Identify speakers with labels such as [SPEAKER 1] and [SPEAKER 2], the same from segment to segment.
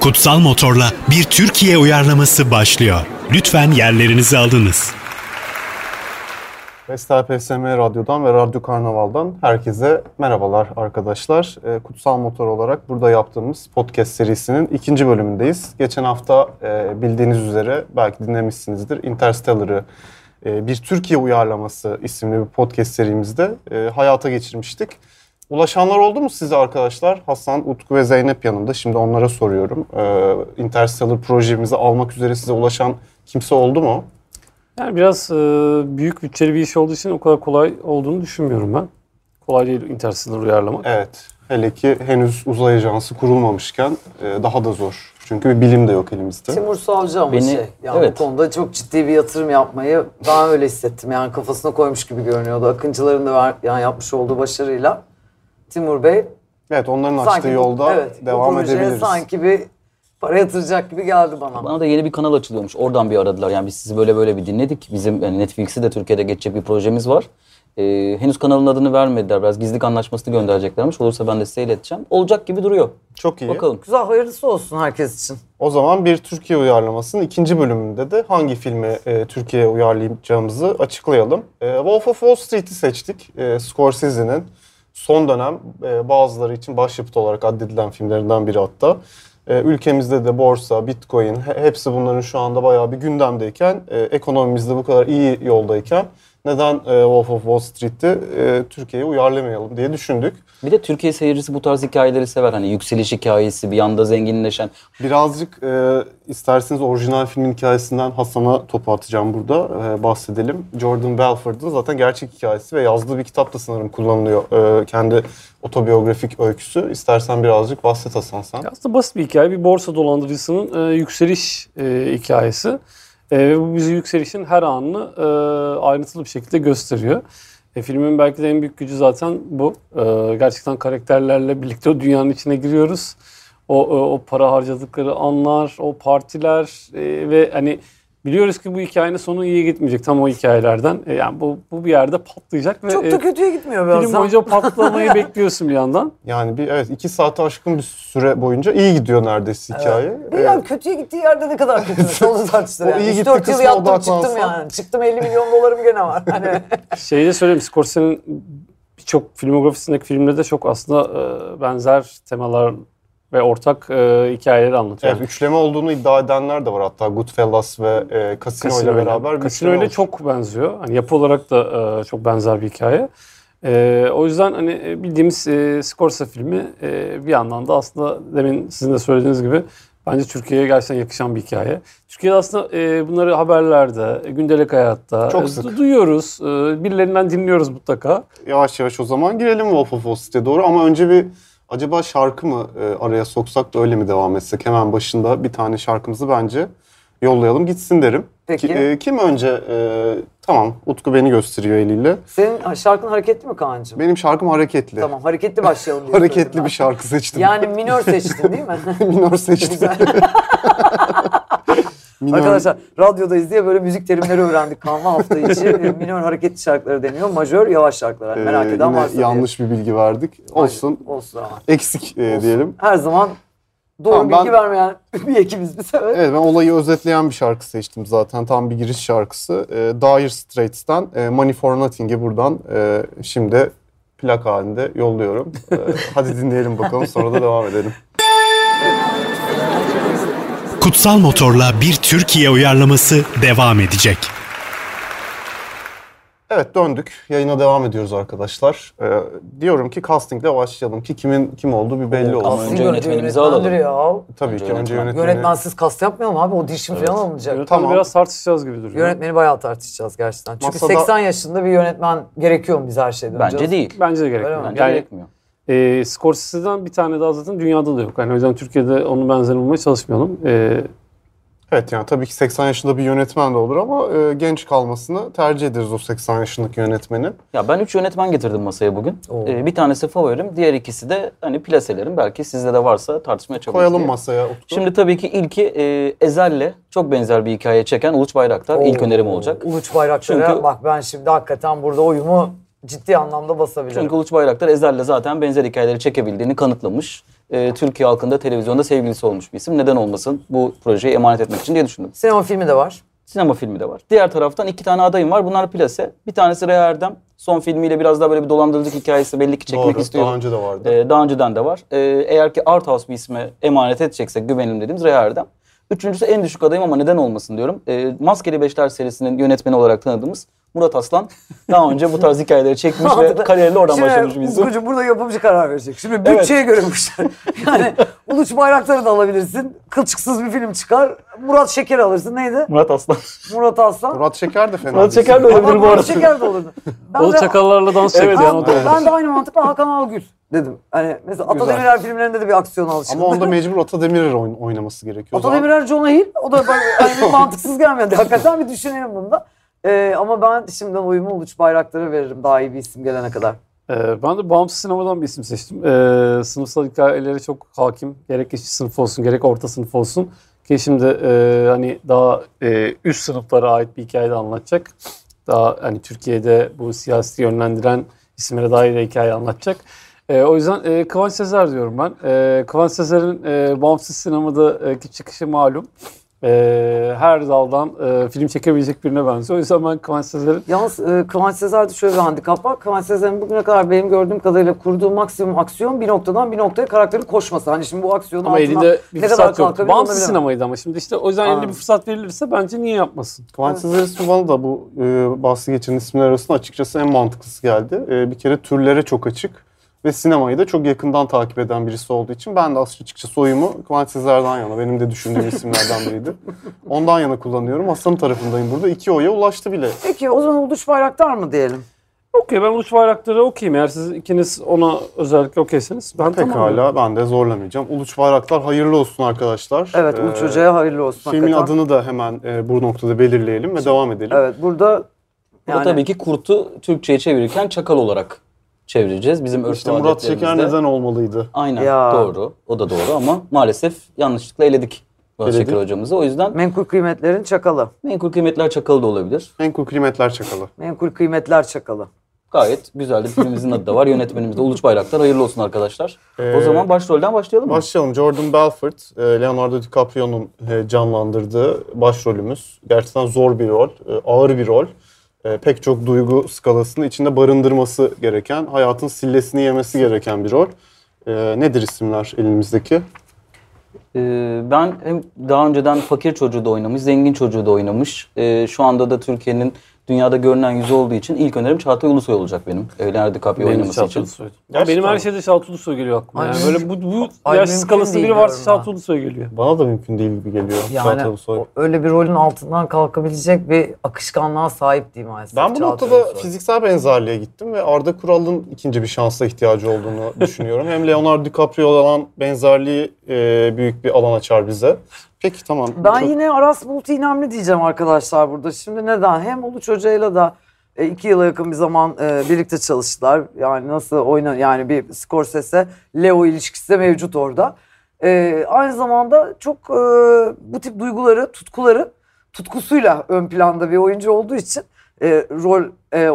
[SPEAKER 1] Kutsal Motor'la bir Türkiye uyarlaması başlıyor. Lütfen yerlerinizi alınız.
[SPEAKER 2] Vestel PSM Radyo'dan ve Radyo Karnaval'dan herkese merhabalar arkadaşlar. Ee, Kutsal Motor olarak burada yaptığımız podcast serisinin ikinci bölümündeyiz. Geçen hafta e, bildiğiniz üzere belki dinlemişsinizdir Interstellar'ı e, bir Türkiye uyarlaması isimli bir podcast serimizde e, hayata geçirmiştik. Ulaşanlar oldu mu size arkadaşlar? Hasan, Utku ve Zeynep yanımda. Şimdi onlara soruyorum. Ee, Interstellar projemizi almak üzere size ulaşan kimse oldu mu?
[SPEAKER 3] Yani biraz e, büyük bütçeli bir iş olduğu için o kadar kolay olduğunu düşünmüyorum ben. Kolay değil Interstellar uyarlamak.
[SPEAKER 2] Evet. Hele ki henüz uzay ajansı kurulmamışken e, daha da zor. Çünkü bir bilim de yok elimizde.
[SPEAKER 4] Timur Savcı ama
[SPEAKER 5] Beni-
[SPEAKER 4] şey. Yani
[SPEAKER 5] evet.
[SPEAKER 4] bu konuda çok ciddi bir yatırım yapmayı ben öyle hissettim. Yani kafasına koymuş gibi görünüyordu. Akıncıların da var- yani yapmış olduğu başarıyla Timur Bey
[SPEAKER 2] Evet onların açtığı
[SPEAKER 4] sanki bu-
[SPEAKER 2] yolda
[SPEAKER 4] evet, bu
[SPEAKER 2] devam
[SPEAKER 4] projeye
[SPEAKER 2] edebiliriz.
[SPEAKER 4] sanki bir para yatıracak gibi geldi bana.
[SPEAKER 5] Bana da yeni bir kanal açılıyormuş. Oradan bir aradılar. Yani biz sizi böyle böyle bir dinledik. Bizim yani Netflix'i de Türkiye'de geçecek bir projemiz var. Ee, henüz kanalın adını vermediler. Biraz gizlilik anlaşmasını göndereceklermiş. Olursa ben de size ileteceğim. Olacak gibi duruyor.
[SPEAKER 2] Çok iyi.
[SPEAKER 5] Bakalım.
[SPEAKER 4] Güzel hayırlısı olsun herkes için.
[SPEAKER 2] O zaman bir Türkiye uyarlamasının ikinci bölümünde de hangi filmi e, Türkiye'ye uyarlayacağımızı açıklayalım. E, Wolf of Wall Street'i seçtik. E, Scorsese'nin son dönem e, bazıları için başyapıt olarak addedilen filmlerinden biri hatta. E, ülkemizde de borsa, bitcoin he- hepsi bunların şu anda bayağı bir gündemdeyken, e, ekonomimizde bu kadar iyi yoldayken neden e, Wolf of Wall Street'i e, Türkiye'ye uyarlamayalım diye düşündük.
[SPEAKER 5] Bir de Türkiye seyircisi bu tarz hikayeleri sever. Hani yükseliş hikayesi, bir yanda zenginleşen.
[SPEAKER 2] Birazcık e, isterseniz orijinal filmin hikayesinden Hasan'a topu atacağım burada e, bahsedelim. Jordan Belfort'un zaten gerçek hikayesi ve yazdığı bir kitap da sanırım kullanılıyor. E, kendi otobiyografik öyküsü. İstersen birazcık bahset Hasan sen.
[SPEAKER 3] Aslında basit bir hikaye. Bir borsa dolandırıcısının e, yükseliş e, hikayesi. E, ve bu bize yükselişin her anını e, ayrıntılı bir şekilde gösteriyor. E, filmin belki de en büyük gücü zaten bu. E, gerçekten karakterlerle birlikte o dünyanın içine giriyoruz. O, e, o, o para harcadıkları anlar, o partiler e, ve hani biliyoruz ki bu hikayenin sonu iyiye gitmeyecek tam o hikayelerden. E, yani bu, bu bir yerde patlayacak ve
[SPEAKER 4] Çok
[SPEAKER 2] Ee,
[SPEAKER 3] e,
[SPEAKER 4] da kötüye gitmiyor
[SPEAKER 3] film
[SPEAKER 4] bazen.
[SPEAKER 3] boyunca patlamayı bekliyorsun bir yandan.
[SPEAKER 2] Yani bir evet iki saate aşkın bir süre boyunca iyi gidiyor neredeyse hikaye.
[SPEAKER 4] Bilmem
[SPEAKER 2] E,
[SPEAKER 4] kötüye gittiği yerde ne kadar kötü onu tartıştır
[SPEAKER 2] O
[SPEAKER 4] yani.
[SPEAKER 2] iyi gitti
[SPEAKER 4] 4 yıl
[SPEAKER 2] kısmı
[SPEAKER 4] yattım
[SPEAKER 2] odaklansam.
[SPEAKER 4] çıktım yani. Çıktım 50 milyon dolarım gene var. Hani
[SPEAKER 3] Şeyi de söyleyeyim Scorsese'nin birçok filmografisindeki filmlerde de çok aslında e, benzer temalar ve ortak e, hikayeleri anlatıyor.
[SPEAKER 2] Evet, üçleme olduğunu iddia edenler de var hatta Goodfellas ve e, Casino ile beraber. bir
[SPEAKER 3] Casino
[SPEAKER 2] üçleme
[SPEAKER 3] ile
[SPEAKER 2] olmuş.
[SPEAKER 3] çok benziyor. Hani yapı olarak da e, çok benzer bir hikaye. E, o yüzden hani e, bildiğimiz e, Scorsese filmi e, bir yandan da aslında demin sizin de söylediğiniz gibi bence Türkiye'ye gerçekten yakışan bir hikaye. Türkiye'de aslında e, bunları haberlerde, gündelik hayatta
[SPEAKER 2] Çok
[SPEAKER 3] e,
[SPEAKER 2] sık.
[SPEAKER 3] du- duyuyoruz. E, birilerinden dinliyoruz mutlaka.
[SPEAKER 2] yavaş yavaş o zaman girelim Wolf of Wall Street'e doğru ama önce bir acaba şarkı mı e, araya soksak da öyle mi devam etsek? Hemen başında bir tane şarkımızı bence yollayalım gitsin derim.
[SPEAKER 4] Peki.
[SPEAKER 2] Ki- e, kim önce? e, tamam Utku beni gösteriyor eliyle.
[SPEAKER 4] senin şarkın hareketli mi Kaan'cığım?
[SPEAKER 2] Benim şarkım hareketli.
[SPEAKER 4] Tamam hareketli başlayalım diye söyledim
[SPEAKER 2] Hareketli
[SPEAKER 4] ben.
[SPEAKER 2] bir şarkı seçtim.
[SPEAKER 4] Yani minör seçtin değil mi?
[SPEAKER 2] minör seçtim.
[SPEAKER 4] Güzel.
[SPEAKER 2] Minör-
[SPEAKER 4] Arkadaşlar radyodayız diye böyle müzik terimleri öğrendik kanma hafta içi. E, Minör hareketli şarkıları deniyor. Majör yavaş şarkılar. Hani
[SPEAKER 2] e,
[SPEAKER 4] merak eden
[SPEAKER 2] yine
[SPEAKER 4] varsa. diye.
[SPEAKER 2] yanlış bir bilgi verdik. Olsun.
[SPEAKER 4] Olsun ama.
[SPEAKER 2] Eksik e, diyelim.
[SPEAKER 4] Her zaman doğru
[SPEAKER 2] Tamam,
[SPEAKER 4] bilgi
[SPEAKER 2] ben-
[SPEAKER 4] vermeyen bir ekibiz biz. Evet.
[SPEAKER 2] Evet ben olayı özetleyen bir şarkı seçtim zaten. Tam bir giriş şarkısı. E, Dire Straits'ten e, Money for Nothing'i buradan e, şimdi plak halinde yolluyorum. E, hadi dinleyelim bakalım sonra da devam edelim.
[SPEAKER 1] Kutsal Motor'la bir Türkiye uyarlaması devam edecek.
[SPEAKER 2] Evet döndük. Yayına devam ediyoruz arkadaşlar. E, diyorum ki castingle başlayalım ki kimin kim olduğu bir belli
[SPEAKER 5] Ama
[SPEAKER 2] olsun.
[SPEAKER 5] casting- önce yönetmenimizi alalım.
[SPEAKER 4] alalım.
[SPEAKER 2] Tabii
[SPEAKER 5] Önce
[SPEAKER 2] ki önce
[SPEAKER 5] yönetmen.
[SPEAKER 2] yönetmeni.
[SPEAKER 4] Yönetmensiz kast yapmayalım abi. O dişim falan olmayacak.
[SPEAKER 3] Yönetmeni
[SPEAKER 2] Tamam.
[SPEAKER 3] biraz tartışacağız gibi duruyor.
[SPEAKER 4] Yönetmeni bayağı tartışacağız gerçekten. Çünkü
[SPEAKER 2] Masada-
[SPEAKER 4] 80 yaşında bir yönetmen gerekiyor mu bize her şeyden önce?
[SPEAKER 5] Bence değil.
[SPEAKER 3] Bence de gerekmiyor.
[SPEAKER 4] Öyle mi?
[SPEAKER 5] Bence
[SPEAKER 3] yani
[SPEAKER 5] gerekmiyor.
[SPEAKER 3] e, Scorsese'den bir tane daha zaten dünyada da yok. Yani o yüzden Türkiye'de onun benzerini bulmaya çalışmayalım. E,
[SPEAKER 2] Evet yani tabii ki 80 yaşında bir yönetmen de olur ama e, genç kalmasını tercih ederiz o 80 yaşındaki yönetmenin.
[SPEAKER 5] Ya ben üç yönetmen getirdim masaya bugün.
[SPEAKER 4] Oo.
[SPEAKER 5] Ee, bir tanesi favorim, diğer ikisi de hani plaselerim. Belki sizde de varsa tartışmaya çalışırız.
[SPEAKER 2] Koyalım
[SPEAKER 5] diye.
[SPEAKER 2] masaya Utku.
[SPEAKER 5] Şimdi tabii ki ilki e, Ezel'le çok benzer bir hikaye çeken Uluç Bayraktar ilk önerim olacak.
[SPEAKER 4] Uluç Bayraktar'a
[SPEAKER 5] Çünkü-
[SPEAKER 4] bak ben şimdi hakikaten burada oyumu ciddi anlamda basabilir.
[SPEAKER 5] Çünkü Uluç Bayraktar Ezel'le zaten benzer hikayeleri çekebildiğini kanıtlamış. Ee, Türkiye halkında televizyonda sevgilisi olmuş bir isim. Neden olmasın bu projeyi emanet etmek için diye düşündüm.
[SPEAKER 4] Sinema filmi de var.
[SPEAKER 5] Sinema filmi de var. Diğer taraftan iki tane adayım var. Bunlar plase. Bir tanesi Reha Erdem. Son filmiyle biraz daha böyle bir dolandırıcılık hikayesi belli ki çekmek
[SPEAKER 2] Doğru,
[SPEAKER 5] istiyor.
[SPEAKER 2] daha önce de vardı.
[SPEAKER 5] Ee, daha önceden de var. Ee, eğer ki Art House bir isme emanet edeceksek güvenelim dediğimiz Reha Erdem. Üçüncüsü en düşük adayım ama neden olmasın diyorum. Ee, Maskeli Beşler serisinin yönetmeni olarak tanıdığımız Murat Aslan daha önce bu tarz hikayeleri çekmiş ve kariyerine oradan
[SPEAKER 4] Şimdi
[SPEAKER 5] başlamış bir isim.
[SPEAKER 4] Ufkucuğum burada yapımcı karar verecek. Şimdi bütçeye göre bu işler. yani Uluç Bayraktar'ı da alabilirsin. Kılçıksız bir film çıkar. Murat Şeker alırsın. Neydi?
[SPEAKER 5] Murat Aslan.
[SPEAKER 4] Murat Aslan.
[SPEAKER 2] Murat Şeker de fena
[SPEAKER 5] Murat
[SPEAKER 2] değil.
[SPEAKER 5] Şeker de
[SPEAKER 4] Ama
[SPEAKER 5] olabilir bu
[SPEAKER 4] Murat
[SPEAKER 5] arada.
[SPEAKER 4] Şeker de olurdu. Ben
[SPEAKER 3] O
[SPEAKER 4] de-
[SPEAKER 3] çakallarla dans
[SPEAKER 5] Evet,
[SPEAKER 3] çekti.
[SPEAKER 5] yani
[SPEAKER 4] Ben,
[SPEAKER 3] ama
[SPEAKER 2] o da-
[SPEAKER 4] ben de aynı mantıkla Hakan Algül dedim. Hani mesela Ata
[SPEAKER 2] Güzel.
[SPEAKER 4] Demirer filmlerinde de bir aksiyon alışkın.
[SPEAKER 2] Ama onda mecbur Ata Demirer oyn- oynaması gerekiyor. O
[SPEAKER 4] Ata
[SPEAKER 2] zaman-
[SPEAKER 4] Demirer Jonah Hill. O da bak- hani mantıksız gelmedi. Hakikaten bir düşünelim bunda. Ee, ama ben şimdiden oyumu Uluç Bayraktar'a veririm daha iyi bir isim gelene kadar.
[SPEAKER 3] Ee, ben de bağımsız sinemadan bir isim seçtim. Ee, sınıfsal hikayelere çok hakim. Gerek işçi sınıfı olsun, gerek orta sınıf olsun. Ki şimdi e, hani daha e, üst sınıflara ait bir hikaye de anlatacak. Daha hani Türkiye'de bu siyasi yönlendiren isimlere dair de hikaye anlatacak. E, o yüzden e, Kıvanç Sezer diyorum ben. E, Kıvanç Sezer'in e, bağımsız sinemadaki çıkışı malum. E, her daldan e, film çekebilecek birine benziyor. O yüzden ben Kıvanç Sezer'in
[SPEAKER 4] Yalnız e, Kıvanç Sezer'de şöyle bir handikap var. Kıvanç Sezer'in bugüne kadar benim gördüğüm kadarıyla kurduğu maksimum aksiyon bir noktadan bir noktaya karakterin koşması. Hani şimdi bu aksiyonun
[SPEAKER 3] Ama
[SPEAKER 4] altına
[SPEAKER 3] elinde bir
[SPEAKER 4] ne kadar
[SPEAKER 3] fırsat yok.
[SPEAKER 4] kalkabilir onu
[SPEAKER 3] Bağımsız
[SPEAKER 4] bilemem.
[SPEAKER 3] sinemaydı ama şimdi işte o yüzden elinde
[SPEAKER 4] Aynen.
[SPEAKER 3] bir fırsat verilirse bence niye yapmasın?
[SPEAKER 2] Kıvanç Sezer ismi bana da bu e, bahsi geçen isimler arasında açıkçası en mantıklısı geldi. E, bir kere türlere çok açık ve sinemayı da çok yakından takip eden birisi olduğu için ben de aslında açıkçası oyumu Kıvanç Sezer'den yana benim de düşündüğüm isimlerden biriydi. Ondan yana kullanıyorum. Hasan'ın tarafındayım burada. İki oya ulaştı bile.
[SPEAKER 4] Peki o zaman Uluç Bayraktar mı diyelim?
[SPEAKER 3] Okey ben Uluç Bayraktar'ı okuyayım. Eğer siz ikiniz ona özellikle okeyseniz ben tamam.
[SPEAKER 2] Pekala ben de zorlamayacağım. Uluç Bayraktar hayırlı olsun arkadaşlar.
[SPEAKER 4] Evet
[SPEAKER 2] Ee,
[SPEAKER 4] Uluç Hoca'ya hayırlı olsun
[SPEAKER 2] Filmin
[SPEAKER 4] hakikaten.
[SPEAKER 2] adını da hemen e, bu noktada belirleyelim ve devam edelim.
[SPEAKER 4] Evet burada
[SPEAKER 5] Bu da
[SPEAKER 4] yani
[SPEAKER 5] tabii ki kurtu Türkçe'ye çevirirken çakal olarak çevireceğiz. Bizim örf
[SPEAKER 2] İşte
[SPEAKER 5] ve
[SPEAKER 2] Murat
[SPEAKER 5] adetlerimizde.
[SPEAKER 2] Şeker neden olmalıydı?
[SPEAKER 5] Aynen
[SPEAKER 4] Ya.
[SPEAKER 5] doğru. O da doğru ama maalesef yanlışlıkla eledik Murat
[SPEAKER 2] Eledik.
[SPEAKER 5] Şeker hocamızı. O yüzden
[SPEAKER 4] menkul kıymetlerin çakalı.
[SPEAKER 5] menkul kıymetler çakalı da olabilir.
[SPEAKER 2] Menkul Kıymetler Çakalı.
[SPEAKER 4] Menkul kıymetler çakalı.
[SPEAKER 5] Gayet güzel de filmimizin adı da var. Yönetmenimiz de Uluç Bayraktar. Hayırlı olsun arkadaşlar.
[SPEAKER 2] Ee,
[SPEAKER 5] o zaman başrolden başlayalım mı?
[SPEAKER 2] Başlayalım. Jordan Belfort, e, Leonardo DiCaprio'nun e, canlandırdığı başrolümüz. Gerçekten zor bir rol, e, ağır bir rol. E, Pek çok duygu skalasını içinde barındırması gereken, hayatın sillesini yemesi gereken bir rol. E, Nedir isimler elimizdeki?
[SPEAKER 5] Ee, ben hem daha önceden fakir çocuğu da oynamış, zengin çocuğu da oynamış. Ee, şu anda da Türkiye'nin dünyada görünen yüzü olduğu için ilk önerim Çağatay Ulusoy olacak benim. Leonardo DiCaprio
[SPEAKER 3] Benim
[SPEAKER 5] oynaması için.
[SPEAKER 3] Ulusoy. Ya
[SPEAKER 2] Gerçekten
[SPEAKER 3] benim her
[SPEAKER 2] mi?
[SPEAKER 3] şeyde Şalt Ulusoy geliyor aklıma. Yani
[SPEAKER 4] Ay,
[SPEAKER 3] böyle bu, bu
[SPEAKER 4] ay,
[SPEAKER 3] yaş
[SPEAKER 4] mümkün
[SPEAKER 3] skalasında
[SPEAKER 4] değil
[SPEAKER 3] biri varsa
[SPEAKER 4] diyorum
[SPEAKER 3] Şalt
[SPEAKER 4] ha.
[SPEAKER 3] Ulusoy geliyor.
[SPEAKER 2] Bana da mümkün değil gibi geliyor. Çağatay
[SPEAKER 4] Yani
[SPEAKER 2] Ulusoy.
[SPEAKER 4] o- öyle bir rolün altından kalkabilecek bir akışkanlığa sahip değil maalesef.
[SPEAKER 2] Ben bu
[SPEAKER 4] Çağatay
[SPEAKER 2] noktada
[SPEAKER 4] Ulusoy.
[SPEAKER 2] fiziksel benzerliğe gittim ve Arda Kural'ın ikinci bir şansa ihtiyacı olduğunu düşünüyorum. Hem Leonardo DiCaprio olan benzerliği e, büyük bir alan açar bize. Peki tamam.
[SPEAKER 4] Ben
[SPEAKER 2] Çok-
[SPEAKER 4] yine Aras Bulut İynemli diyeceğim arkadaşlar burada. Şimdi neden? Hem Uluç Hoca'yla da e, iki yıla yakın bir zaman e, birlikte çalıştılar. Yani nasıl oyna yani bir Scorsese Leo ilişkisi de mevcut orada. E, aynı zamanda çok e, bu tip duyguları, tutkuları tutkusuyla ön planda bir oyuncu olduğu için e, rol e,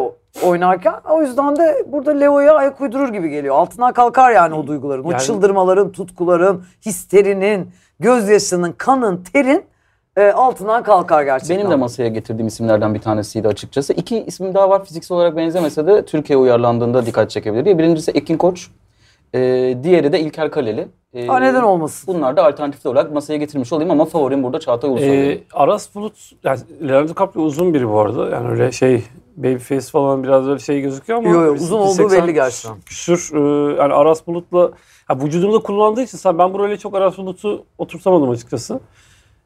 [SPEAKER 4] oynarken o yüzden de burada Leo'ya ayak uydurur gibi geliyor. Altından kalkar yani o duyguların, o
[SPEAKER 3] Yani-
[SPEAKER 4] çıldırmaların, tutkuların, histerinin, gözyaşının, kanın, terin e, altından kalkar gerçekten.
[SPEAKER 5] Benim de masaya getirdiğim isimlerden bir tanesiydi açıkçası. İki isim daha var fiziksel olarak benzemese de Türkiye uyarlandığında dikkat çekebilir diye. Birincisi Ekin Koç, e, diğeri de İlker Kaleli. E,
[SPEAKER 4] Aa, neden olmasın?
[SPEAKER 5] Bunlar da alternatif olarak masaya getirmiş olayım ama favorim burada Çağatay Ulusoy.
[SPEAKER 3] Ee, Aras Bulut, yani Leonardo DiCaprio uzun biri bu arada. Yani öyle şey babyface falan biraz öyle şey gözüküyor ama
[SPEAKER 4] Yo, yo,
[SPEAKER 3] biz
[SPEAKER 4] uzun olduğu
[SPEAKER 3] 80
[SPEAKER 4] belli gerçekten.
[SPEAKER 3] Küsür e, yani Aras Bulut'la ya vücudunda kullandığı için sen ben bu role çok Aras Bulut'u oturtamadım açıkçası.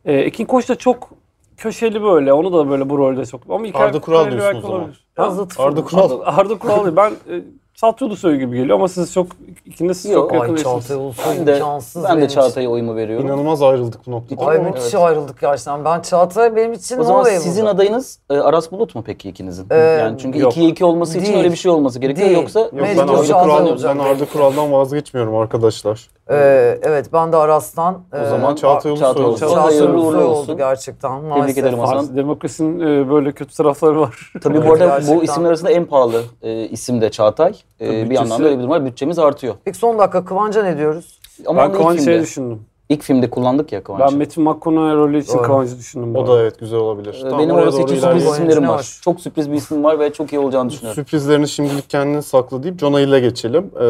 [SPEAKER 3] E, Ekin Koç da çok köşeli böyle. Onu da böyle bu rolde çok. Ama İlker
[SPEAKER 2] Arda Kural
[SPEAKER 3] Kaleli
[SPEAKER 2] diyorsun
[SPEAKER 3] belki
[SPEAKER 2] o zaman.
[SPEAKER 3] olabilir. Ha?
[SPEAKER 4] Biraz da tıfır.
[SPEAKER 2] Arda Kural.
[SPEAKER 3] Arda Kural değil. Ben e, Çağatay Ulusoy gibi geliyor ama siz çok ikiniz
[SPEAKER 5] Yok,
[SPEAKER 3] çok yakın
[SPEAKER 4] Ay
[SPEAKER 3] eşsiniz.
[SPEAKER 4] Çağatay Ulusoy
[SPEAKER 5] Ben de,
[SPEAKER 4] imkansız
[SPEAKER 5] ben
[SPEAKER 4] benim
[SPEAKER 5] de
[SPEAKER 4] için.
[SPEAKER 5] Çağatay'a oyumu veriyorum.
[SPEAKER 2] İnanılmaz ayrıldık bu noktada.
[SPEAKER 4] Ay
[SPEAKER 2] ama-
[SPEAKER 4] müthiş ayrıldık gerçekten. Ben Çağatay benim için
[SPEAKER 5] o zaman
[SPEAKER 4] Norway
[SPEAKER 5] sizin
[SPEAKER 4] burada.
[SPEAKER 5] adayınız e, Aras Bulut mu peki ikinizin?
[SPEAKER 4] Ee,
[SPEAKER 5] yani çünkü
[SPEAKER 2] yok.
[SPEAKER 5] 2'ye 2 olması için
[SPEAKER 4] Değil.
[SPEAKER 5] öyle bir şey olması gerekiyor
[SPEAKER 4] Değil.
[SPEAKER 5] yoksa
[SPEAKER 2] Yok, ben
[SPEAKER 4] Mecbur
[SPEAKER 2] Arda,
[SPEAKER 4] Çağatay
[SPEAKER 2] Kural,
[SPEAKER 4] olacak.
[SPEAKER 2] ben Arda Kural'dan vazgeçmiyorum arkadaşlar.
[SPEAKER 4] Ee, evet ben de Aras'tan.
[SPEAKER 2] O zaman Çağatay
[SPEAKER 5] Çağatay
[SPEAKER 2] Ulusoy.
[SPEAKER 5] Ulusoy.
[SPEAKER 4] Çağatay
[SPEAKER 5] Hayırlı uğurlu
[SPEAKER 4] Ulusoy oldu
[SPEAKER 5] olsun.
[SPEAKER 4] gerçekten. Maalesef.
[SPEAKER 5] ederim Hasan.
[SPEAKER 3] Farz- Demokrasinin e, böyle kötü tarafları var.
[SPEAKER 5] Tabii
[SPEAKER 4] Evet,
[SPEAKER 5] bu arada
[SPEAKER 4] gerçekten.
[SPEAKER 5] bu isimler arasında en pahalı e, isim de Çağatay. E,
[SPEAKER 3] Tabii
[SPEAKER 5] bir yandan
[SPEAKER 3] bütçesi-
[SPEAKER 5] da öyle bir durum var. Bütçemiz artıyor.
[SPEAKER 4] Peki son dakika Kıvanç'a ne diyoruz?
[SPEAKER 5] Ama
[SPEAKER 3] Ben
[SPEAKER 5] onu ilk
[SPEAKER 3] Kıvanç'ı
[SPEAKER 5] filmde,
[SPEAKER 3] şey düşündüm.
[SPEAKER 5] ilk filmde kullandık ya Kıvanç'ı.
[SPEAKER 3] Ben Metin McConaughey rolü için
[SPEAKER 4] Doğru.
[SPEAKER 3] Kıvanç'ı düşündüm. bu
[SPEAKER 2] O
[SPEAKER 3] arada.
[SPEAKER 2] da evet güzel olabilir.
[SPEAKER 5] E,
[SPEAKER 2] Tamam,
[SPEAKER 5] Benim
[SPEAKER 2] oraya
[SPEAKER 5] orası
[SPEAKER 2] doğru
[SPEAKER 5] için sürpriz
[SPEAKER 2] ilerleyelim.
[SPEAKER 4] ilerleyelim.
[SPEAKER 5] isimlerim
[SPEAKER 4] Ne
[SPEAKER 5] var.
[SPEAKER 4] var?
[SPEAKER 5] Çok sürpriz bir isim var ve çok iyi olacağını düşünüyorum.
[SPEAKER 2] Sürprizlerini şimdilik kendini sakla deyip John Ayıl'a geçelim. Ee,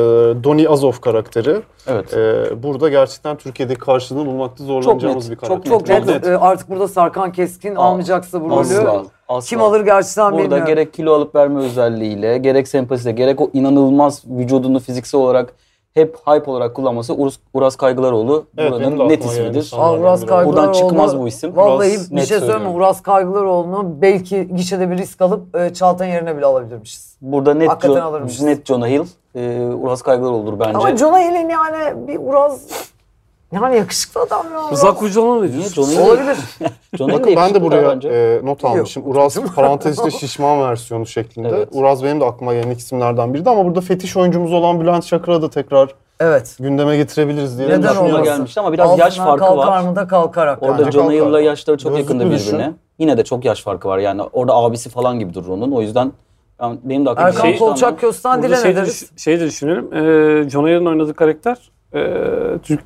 [SPEAKER 2] Donny Azov karakteri.
[SPEAKER 5] Evet.
[SPEAKER 2] Ee, burada gerçekten Türkiye'deki karşılığını bulmakta zorlanacağımız
[SPEAKER 5] net,
[SPEAKER 2] bir
[SPEAKER 5] çok
[SPEAKER 2] karakter.
[SPEAKER 5] net,
[SPEAKER 4] Çok net.
[SPEAKER 5] net.
[SPEAKER 4] Ee, artık burada Sarkan Keskin almayacaksa bu rolü.
[SPEAKER 5] Asla. asla.
[SPEAKER 4] Kim alır gerçekten
[SPEAKER 5] Orada
[SPEAKER 4] bilmiyorum.
[SPEAKER 5] gerek kilo alıp verme özelliğiyle, gerek sempatisiyle, gerek o inanılmaz vücudunu fiziksel olarak hep hype olarak kullanması Uras, Uras Kaygılaroğlu
[SPEAKER 2] Evet, benim de
[SPEAKER 5] buranın net
[SPEAKER 2] aklıma
[SPEAKER 5] ismidir.
[SPEAKER 2] geldi.
[SPEAKER 4] Aa, Uras
[SPEAKER 2] Buradan
[SPEAKER 4] Kaygılaroğlu.
[SPEAKER 5] çıkmaz bu isim.
[SPEAKER 4] Vallahi
[SPEAKER 5] Uras,
[SPEAKER 4] bir
[SPEAKER 5] net
[SPEAKER 4] şey söyleme
[SPEAKER 5] söylüyorum.
[SPEAKER 4] Uras Kaygılaroğlu'nu belki gişede bir risk alıp e, Çağatay'ın yerine bile alabilirmişiz.
[SPEAKER 5] Burada net
[SPEAKER 4] Hakikaten
[SPEAKER 5] John,
[SPEAKER 4] alırmış.
[SPEAKER 5] net Jonah Hill, e, Uras Kaygılaroğlu'dur bence.
[SPEAKER 4] Ama John Aylin'in yani bir Uras yani yakışıklı adam ya. Uras.
[SPEAKER 3] Uzak Ucalan ne
[SPEAKER 5] Niye
[SPEAKER 3] diyorsun?
[SPEAKER 5] John Hill?
[SPEAKER 4] Olabilir.
[SPEAKER 5] John Hill
[SPEAKER 2] Bakın ben
[SPEAKER 5] yakışıklı
[SPEAKER 2] de buraya
[SPEAKER 5] bence.
[SPEAKER 2] e, not almışım. Uraz parantezde şişman versiyonu şeklinde.
[SPEAKER 5] Evet.
[SPEAKER 2] Uraz benim de aklıma gelen isimlerden biriydi ama burada fetiş oyuncumuz olan Bülent Şakır'a da tekrar
[SPEAKER 4] evet.
[SPEAKER 2] gündeme getirebiliriz diye
[SPEAKER 4] Neden
[SPEAKER 5] aklıma
[SPEAKER 2] düşünüyorum.
[SPEAKER 4] olmasın?
[SPEAKER 5] gelmişti ama biraz yaş
[SPEAKER 4] Altından
[SPEAKER 5] farkı var.
[SPEAKER 4] kalkar mı da kalkarak.
[SPEAKER 5] Orada
[SPEAKER 4] yani.
[SPEAKER 2] Bence
[SPEAKER 5] John
[SPEAKER 2] kalkar.
[SPEAKER 5] Hill'la yaşları çok
[SPEAKER 2] Gözlüklü
[SPEAKER 5] yakındı
[SPEAKER 2] düşün.
[SPEAKER 5] birbirine. Yine de çok yaş farkı var yani. Orada abisi falan gibi durur onun. O yüzden ben, benim de aklıma
[SPEAKER 4] Erkan
[SPEAKER 5] gelmişti ama-
[SPEAKER 4] Kolçak Köstan
[SPEAKER 3] Burada
[SPEAKER 4] dile
[SPEAKER 3] şey
[SPEAKER 4] ne
[SPEAKER 3] de,
[SPEAKER 4] deriz?
[SPEAKER 3] düş- şey de düşünelim. Ee, John Ayer'in oynadığı karakter e, Türk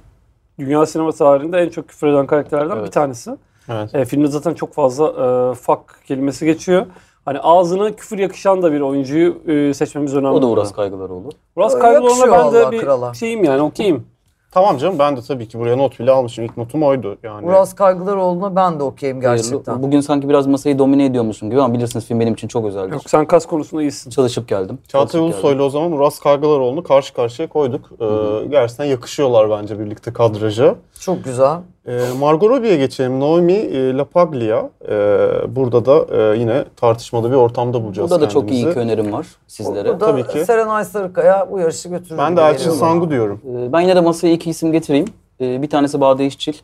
[SPEAKER 3] dünya sinema tarihinde en çok küfür eden karakterlerden
[SPEAKER 5] Evet.
[SPEAKER 3] bir tanesi.
[SPEAKER 2] Evet.
[SPEAKER 3] E, filmde zaten çok fazla e, fuck kelimesi geçiyor. Hani ağzına küfür yakışan da bir oyuncuyu e, seçmemiz önemli.
[SPEAKER 5] O da Uras Kaygılaroğlu.
[SPEAKER 3] Uras
[SPEAKER 4] Yakışıyor
[SPEAKER 3] Kaygılar'la ben
[SPEAKER 4] vallahi
[SPEAKER 3] de bir
[SPEAKER 4] krala.
[SPEAKER 3] şeyim yani okeyim.
[SPEAKER 2] Tamam canım ben de tabii ki buraya not bile almışım. İlk notum oydu yani.
[SPEAKER 4] Uras Kaygılaroğlu'na ben de okeyim gerçekten.
[SPEAKER 5] Hani- Hayırlı- Bugün sanki biraz masayı domine ediyormuşum gibi ama bilirsiniz film benim için çok özeldir.
[SPEAKER 3] Yok sen kas konusunda iyisin.
[SPEAKER 5] Çalışıp geldim.
[SPEAKER 2] Çağatay
[SPEAKER 5] Çalışıp geldim.
[SPEAKER 2] Ulusoy'la o zaman Uras Kargılaroğlu'nu karşı karşıya koyduk. Ee, gerçekten yakışıyorlar bence birlikte kadraja.
[SPEAKER 4] Çok güzel.
[SPEAKER 2] Ee, Margot Robbie'ye geçelim. Naomi e, Lapaglia. Ee, burada da e, yine tartışmalı bir ortamda bulacağız
[SPEAKER 5] Burada da çok iyi
[SPEAKER 2] kendimizi.
[SPEAKER 5] iki önerim var sizlere.
[SPEAKER 4] Burada
[SPEAKER 2] Tabii ki.
[SPEAKER 4] Serenay Sarıkaya bu yarışı götürür.
[SPEAKER 2] Ben
[SPEAKER 4] gibi
[SPEAKER 2] de Elçin
[SPEAKER 4] geliyor bana.
[SPEAKER 2] Sangu diyorum.
[SPEAKER 5] Ee, Ben yine de masaya iki isim getireyim. Ee, Bir tanesi Bade İşçil.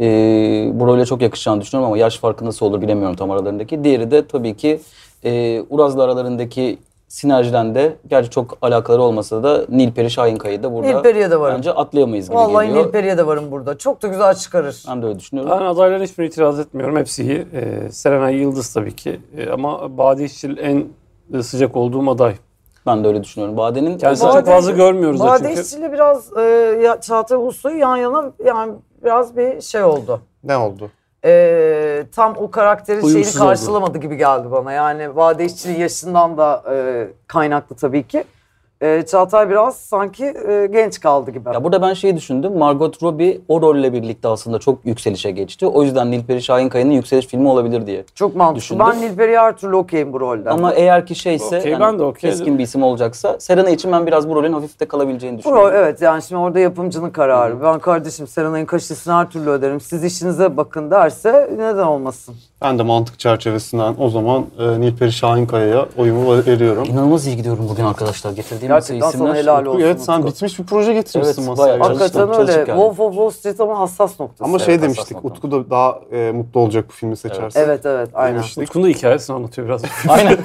[SPEAKER 5] Ee, Bu role çok yakışacağını düşünüyorum ama yaş farkı nasıl olur bilemiyorum tam aralarındaki. Diğeri de tabii ki e, Uraz'la aralarındaki sinerjiden de gerçi çok alakaları olmasa da Nilperi Şahinkaya'yı da burada
[SPEAKER 4] Nilperi'ye de varım.
[SPEAKER 5] bence atlayamayız gibi
[SPEAKER 4] Vallahi
[SPEAKER 5] geliyor.
[SPEAKER 4] Nilperi'ye de varım burada. Çok da güzel çıkarır.
[SPEAKER 5] Ben de öyle düşünüyorum.
[SPEAKER 3] Ben adayların hiçbirine itiraz etmiyorum. Hepsi iyi. E, Serenay Yıldız tabii ki. E, ama Bade İşçil en e, sıcak olduğum aday.
[SPEAKER 5] Ben de öyle düşünüyorum. Bade'nin
[SPEAKER 3] Kendisini
[SPEAKER 4] Bade-
[SPEAKER 3] çok fazla görmüyoruz da
[SPEAKER 4] Bade
[SPEAKER 3] çünkü.
[SPEAKER 4] İşçi'yle biraz e, ya, Çağatay Ulusoy'u yan yana yani biraz bir şey oldu.
[SPEAKER 2] Ne oldu?
[SPEAKER 4] E, tam o karakterin
[SPEAKER 3] Uyumsuz
[SPEAKER 4] şeyini karşılamadı gibi geldi bana. Yani Bade İşçi'nin yaşından da e, kaynaklı tabii ki. E, Çağatay biraz sanki e, genç kaldı gibi.
[SPEAKER 5] Ya burada ben şeyi düşündüm. Margot Robbie o rolle birlikte aslında çok yükselişe geçti. O yüzden Nilperi Şahinkaya'nın yükseliş filmi olabilir diye.
[SPEAKER 4] Çok mantıklı.
[SPEAKER 5] Düşündüm.
[SPEAKER 4] Ben Nilperi'ye her türlü okeyim bu rolden.
[SPEAKER 5] Ama eğer ki şeyse
[SPEAKER 3] Okey, ben de okey.
[SPEAKER 5] keskin bir isim olacaksa Serena için ben biraz bu rolün hafifte kalabileceğini
[SPEAKER 4] Bu rol
[SPEAKER 5] düşünüyorum.
[SPEAKER 4] evet yani şimdi orada yapımcının kararı. Ben kardeşim Serenay'ın kaşesini her türlü öderim. Siz işinize bakın derse neden olmasın?
[SPEAKER 2] Ben de mantık çerçevesinden o zaman e, Nilperi Şahinkaya'ya oyumu veriyorum.
[SPEAKER 5] İnanılmaz iyi gidiyorum bugün arkadaşlar. Getirdiğim
[SPEAKER 4] Gerçekten
[SPEAKER 5] isimler.
[SPEAKER 4] sana helal olsun.
[SPEAKER 2] Evet sen
[SPEAKER 4] Utku.
[SPEAKER 2] bitmiş bir proje getirmişsin
[SPEAKER 5] Evet,
[SPEAKER 2] masaya.
[SPEAKER 5] bayağı.
[SPEAKER 2] gerçekten.
[SPEAKER 4] Hakikaten
[SPEAKER 5] Çalışıp-
[SPEAKER 4] öyle.
[SPEAKER 5] çalışıp geldim.
[SPEAKER 4] Wolf of Wall Street ama hassas noktası.
[SPEAKER 2] Ama
[SPEAKER 5] Evet,
[SPEAKER 2] şey
[SPEAKER 5] hassas
[SPEAKER 2] demiştik
[SPEAKER 5] nokta.
[SPEAKER 2] Utku da daha e, mutlu olacak bu filmi seçerse.
[SPEAKER 4] Evet evet aynen.
[SPEAKER 2] Demiştik.
[SPEAKER 3] Utku'nun da hikayesini anlatıyor biraz.
[SPEAKER 5] Aynen.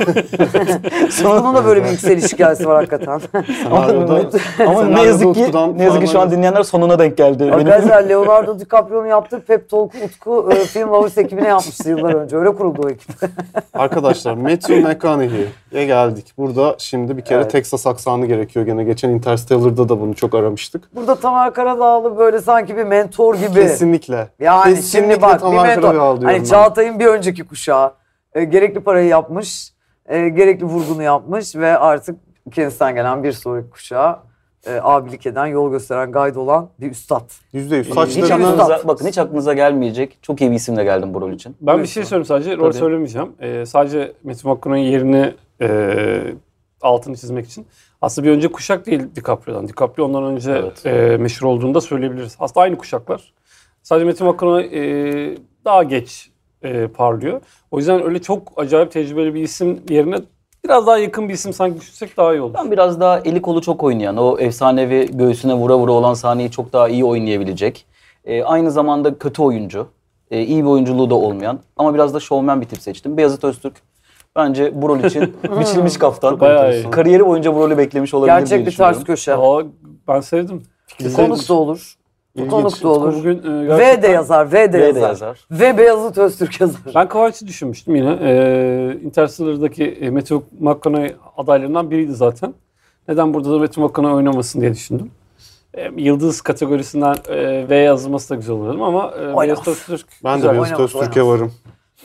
[SPEAKER 4] Bunun da böyle bir yükseliş hikayesi var hakikaten.
[SPEAKER 2] Senaryoda,
[SPEAKER 5] Ama ne yazık ki
[SPEAKER 2] Utku'dan
[SPEAKER 5] ne yazık ki şu an
[SPEAKER 2] parmağını-
[SPEAKER 5] dinleyenler sonuna denk geldi. Benim
[SPEAKER 4] Arkadaşlar Leonardo DiCaprio'nun yaptığı Pep Talk Utku e, Film Lovers ekibine yapmıştı yıllar önce. Öyle kuruldu o ekip.
[SPEAKER 2] Arkadaşlar Matthew McConaughey'e geldik. Burada şimdi bir kere
[SPEAKER 4] Evet.
[SPEAKER 2] Texas aksanı gerekiyor gene. Geçen Interstellar'da da bunu çok aramıştık.
[SPEAKER 4] Burada Tamer Karadağlı böyle sanki bir mentor gibi.
[SPEAKER 2] Kesinlikle.
[SPEAKER 4] Yani
[SPEAKER 2] Kesinlikle
[SPEAKER 4] şimdi bak bir
[SPEAKER 2] Tamer
[SPEAKER 4] mentor.
[SPEAKER 2] Karadağlı diyorum ben.
[SPEAKER 4] Hani Çağatay'ın bir önceki kuşağı e, gerekli parayı yapmış, e, gerekli vurgunu yapmış ve artık kendisinden gelen bir sonraki kuşağa e, abilik eden, yol gösteren, guide olan bir üstad.
[SPEAKER 2] Yüzde yüz.
[SPEAKER 5] hiç
[SPEAKER 4] Saçlarını-
[SPEAKER 2] Saçlarını...
[SPEAKER 5] aklınıza, bakın hiç aklınıza gelmeyecek. Çok iyi bir isimle geldim bu rol için.
[SPEAKER 3] Ben bir şey söyleyeyim sadece. Rol
[SPEAKER 5] Tabii.
[SPEAKER 3] söylemeyeceğim. Ee, sadece Metin Makron'un yerini e, altını çizmek için. Aslında bir önce kuşak değil DiCaprio'dan. DiCaprio ondan önce
[SPEAKER 5] Evet.
[SPEAKER 3] e, meşhur olduğunu da söyleyebiliriz. Aslında aynı kuşaklar. Sadece Metin Makron e, daha geç e, parlıyor. O yüzden öyle çok acayip tecrübeli bir isim yerine Biraz daha yakın bir isim sanki düşünsek daha iyi olur.
[SPEAKER 5] Ben biraz daha eli kolu çok oynayan, o efsanevi göğsüne vura vura olan sahneyi çok daha iyi oynayabilecek. Ee, aynı zamanda kötü oyuncu, ee, iyi bir oyunculuğu da olmayan ama biraz da şovmen bir tip seçtim. Beyazıt Öztürk bence bu rol için biçilmiş kaftan.
[SPEAKER 3] Bayağı iyi.
[SPEAKER 5] Kariyeri boyunca bu rolü beklemiş olabilir diye
[SPEAKER 4] Gerçek bir
[SPEAKER 5] düşünüyorum.
[SPEAKER 4] ters köşe.
[SPEAKER 3] Aa, ben sevdim.
[SPEAKER 4] Konuk da olur.
[SPEAKER 2] İlginç.
[SPEAKER 4] Konuk da olur.
[SPEAKER 3] Bugün e,
[SPEAKER 4] V de
[SPEAKER 3] gerçekten-
[SPEAKER 4] yazar, V de
[SPEAKER 5] V de
[SPEAKER 4] yazar.
[SPEAKER 5] yazar.
[SPEAKER 4] Ve Beyazıt Öztürk yazar.
[SPEAKER 3] Ben Kovacs'ı düşünmüştüm yine. Ee, Interstellar'daki e, Matthew McConaughey adaylarından biriydi zaten. Neden burada da Matthew McConaughey oynamasın diye düşündüm. E, yıldız kategorisinden e, V yazılması da güzel olur dedim ama e,
[SPEAKER 4] Oynamaz.
[SPEAKER 3] Beyaz Öztürk
[SPEAKER 2] Ben
[SPEAKER 3] güzel.
[SPEAKER 2] de Beyazıt
[SPEAKER 4] oynamaz,
[SPEAKER 2] Öztürk'e
[SPEAKER 4] oynamaz.
[SPEAKER 2] varım.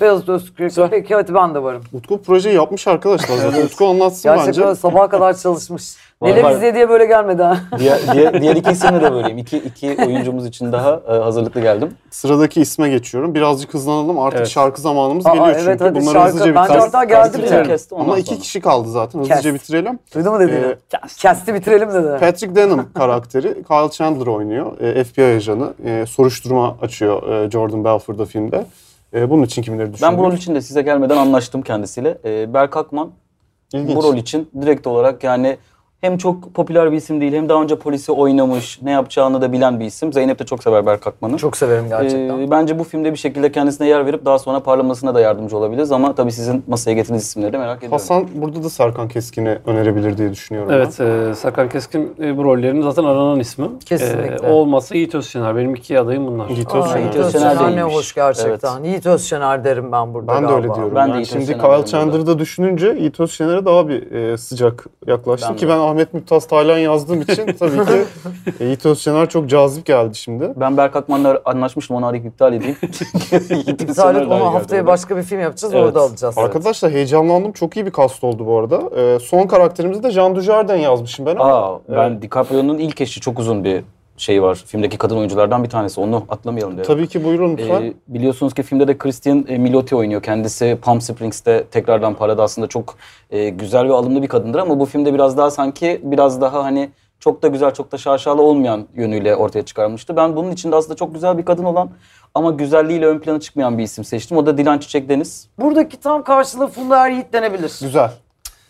[SPEAKER 4] Beyazıt Öztürk.
[SPEAKER 3] Güzel.
[SPEAKER 4] Peki hadi ben de varım.
[SPEAKER 2] Utku projeyi yapmış arkadaşlar zaten. Utku anlatsın
[SPEAKER 4] Gerçekten
[SPEAKER 2] bence.
[SPEAKER 4] sabaha kadar çalışmış.
[SPEAKER 5] Var,
[SPEAKER 4] Nele
[SPEAKER 5] var.
[SPEAKER 4] bizde diye böyle gelmedi ha.
[SPEAKER 5] Diğer, diğer, diğer iki isimle de böyleyim. İki, iki oyuncumuz için daha e, hazırlıklı geldim.
[SPEAKER 2] Sıradaki isme geçiyorum. Birazcık hızlanalım. Artık
[SPEAKER 3] Evet.
[SPEAKER 2] şarkı zamanımız
[SPEAKER 4] Aa,
[SPEAKER 2] geliyor
[SPEAKER 4] evet,
[SPEAKER 2] çünkü.
[SPEAKER 4] hadi
[SPEAKER 2] Bunları
[SPEAKER 4] şarkı.
[SPEAKER 2] hızlıca
[SPEAKER 4] Bence
[SPEAKER 2] bitirelim.
[SPEAKER 4] hatta geldi
[SPEAKER 5] Kesti,
[SPEAKER 4] bile.
[SPEAKER 5] kesti ondan
[SPEAKER 2] Ama iki
[SPEAKER 5] sonra.
[SPEAKER 2] kişi kaldı zaten. Hızlıca
[SPEAKER 4] Kes.
[SPEAKER 2] bitirelim.
[SPEAKER 4] Duydun mu dediğini?
[SPEAKER 2] Ee,
[SPEAKER 4] Kesti bitirelim dedi.
[SPEAKER 2] Patrick Denham karakteri Kyle Chandler oynuyor. E, FBI ajanı. E, soruşturma açıyor e, Jordan Belfort'da filmde. E, bunun için kimleri düşündün?
[SPEAKER 5] Ben bu rol için de size gelmeden anlaştım kendisiyle. Ee, Berk Akman
[SPEAKER 2] İlginç.
[SPEAKER 5] bu rol için direkt olarak yani hem çok popüler bir isim değil hem daha önce polisi oynamış, ne yapacağını da bilen bir isim. Zeynep de çok sever Berk Akman'ı.
[SPEAKER 4] Çok severim gerçekten.
[SPEAKER 5] Ee, bence bu filmde bir şekilde kendisine yer verip daha sonra parlamasına da yardımcı olabiliriz ama tabii sizin masaya getirdiğiniz isimleri de merak ediyorum.
[SPEAKER 2] Hasan burada da Serkan Keskin'i önerebilir diye düşünüyorum. ben.
[SPEAKER 3] Evet, e, Serkan Keskin e, bu rollerinin zaten aranan ismi.
[SPEAKER 4] Kesinlikle.
[SPEAKER 3] E, o olmasa Yiğit Özşener. Benim iki adayım bunlar.
[SPEAKER 2] Yiğit
[SPEAKER 4] Aa,
[SPEAKER 2] Özşener.
[SPEAKER 4] Yiğit
[SPEAKER 5] Yiğit Özşener
[SPEAKER 4] Özşener ne
[SPEAKER 5] değilmiş.
[SPEAKER 4] hoş gerçekten. Yiğit Özşener derim ben burada
[SPEAKER 2] Ben de
[SPEAKER 4] galiba.
[SPEAKER 2] öyle diyorum.
[SPEAKER 5] Ben
[SPEAKER 2] Ben
[SPEAKER 5] de
[SPEAKER 2] de
[SPEAKER 5] Yiğit
[SPEAKER 2] Şimdi
[SPEAKER 5] Özşener'den
[SPEAKER 2] Kyle
[SPEAKER 5] yanındayım.
[SPEAKER 2] Chandler'da düşününce Yiğit Özşener'e daha bir e, sıcak yaklaştım
[SPEAKER 5] Ben
[SPEAKER 2] ki
[SPEAKER 5] de.
[SPEAKER 2] ben Ahmet Mümtaz Taylan yazdığım için tabii ki e, Yiğit Özşener çok cazip geldi şimdi.
[SPEAKER 5] Ben Berk Akman'la anlaşmıştım onu arayıp iptal edeyim.
[SPEAKER 4] İptal et onu haftaya başka bir film yapacağız
[SPEAKER 5] Evet.
[SPEAKER 4] orada alacağız.
[SPEAKER 2] Arkadaşlar heyecanlandım. Çok iyi bir kast oldu bu arada. E, son karakterimizi de Jean Dujardin yazmışım ben ama
[SPEAKER 5] Aa, ben DiCaprio'nun ilk eşi çok uzun bir şey var. Filmdeki kadın oyunculardan bir tanesi. Onu atlamayalım diye.
[SPEAKER 2] tabii ki buyurun lütfen.
[SPEAKER 5] Ee, biliyorsunuz ki filmde de Christian e, Milioti oynuyor. Kendisi Palm Springs'te tekrardan parada aslında çok e, güzel ve alımlı bir kadındır ama bu filmde biraz daha sanki biraz daha hani çok da güzel çok da şaşalı olmayan yönüyle ortaya çıkarmıştı. Ben bunun içinde aslında çok güzel bir kadın olan ama güzelliğiyle ön plana çıkmayan bir isim seçtim. O da Dilan Çiçek Deniz.
[SPEAKER 4] Buradaki tam karşılığı Funda Er Yiğit denebilir.
[SPEAKER 2] Güzel.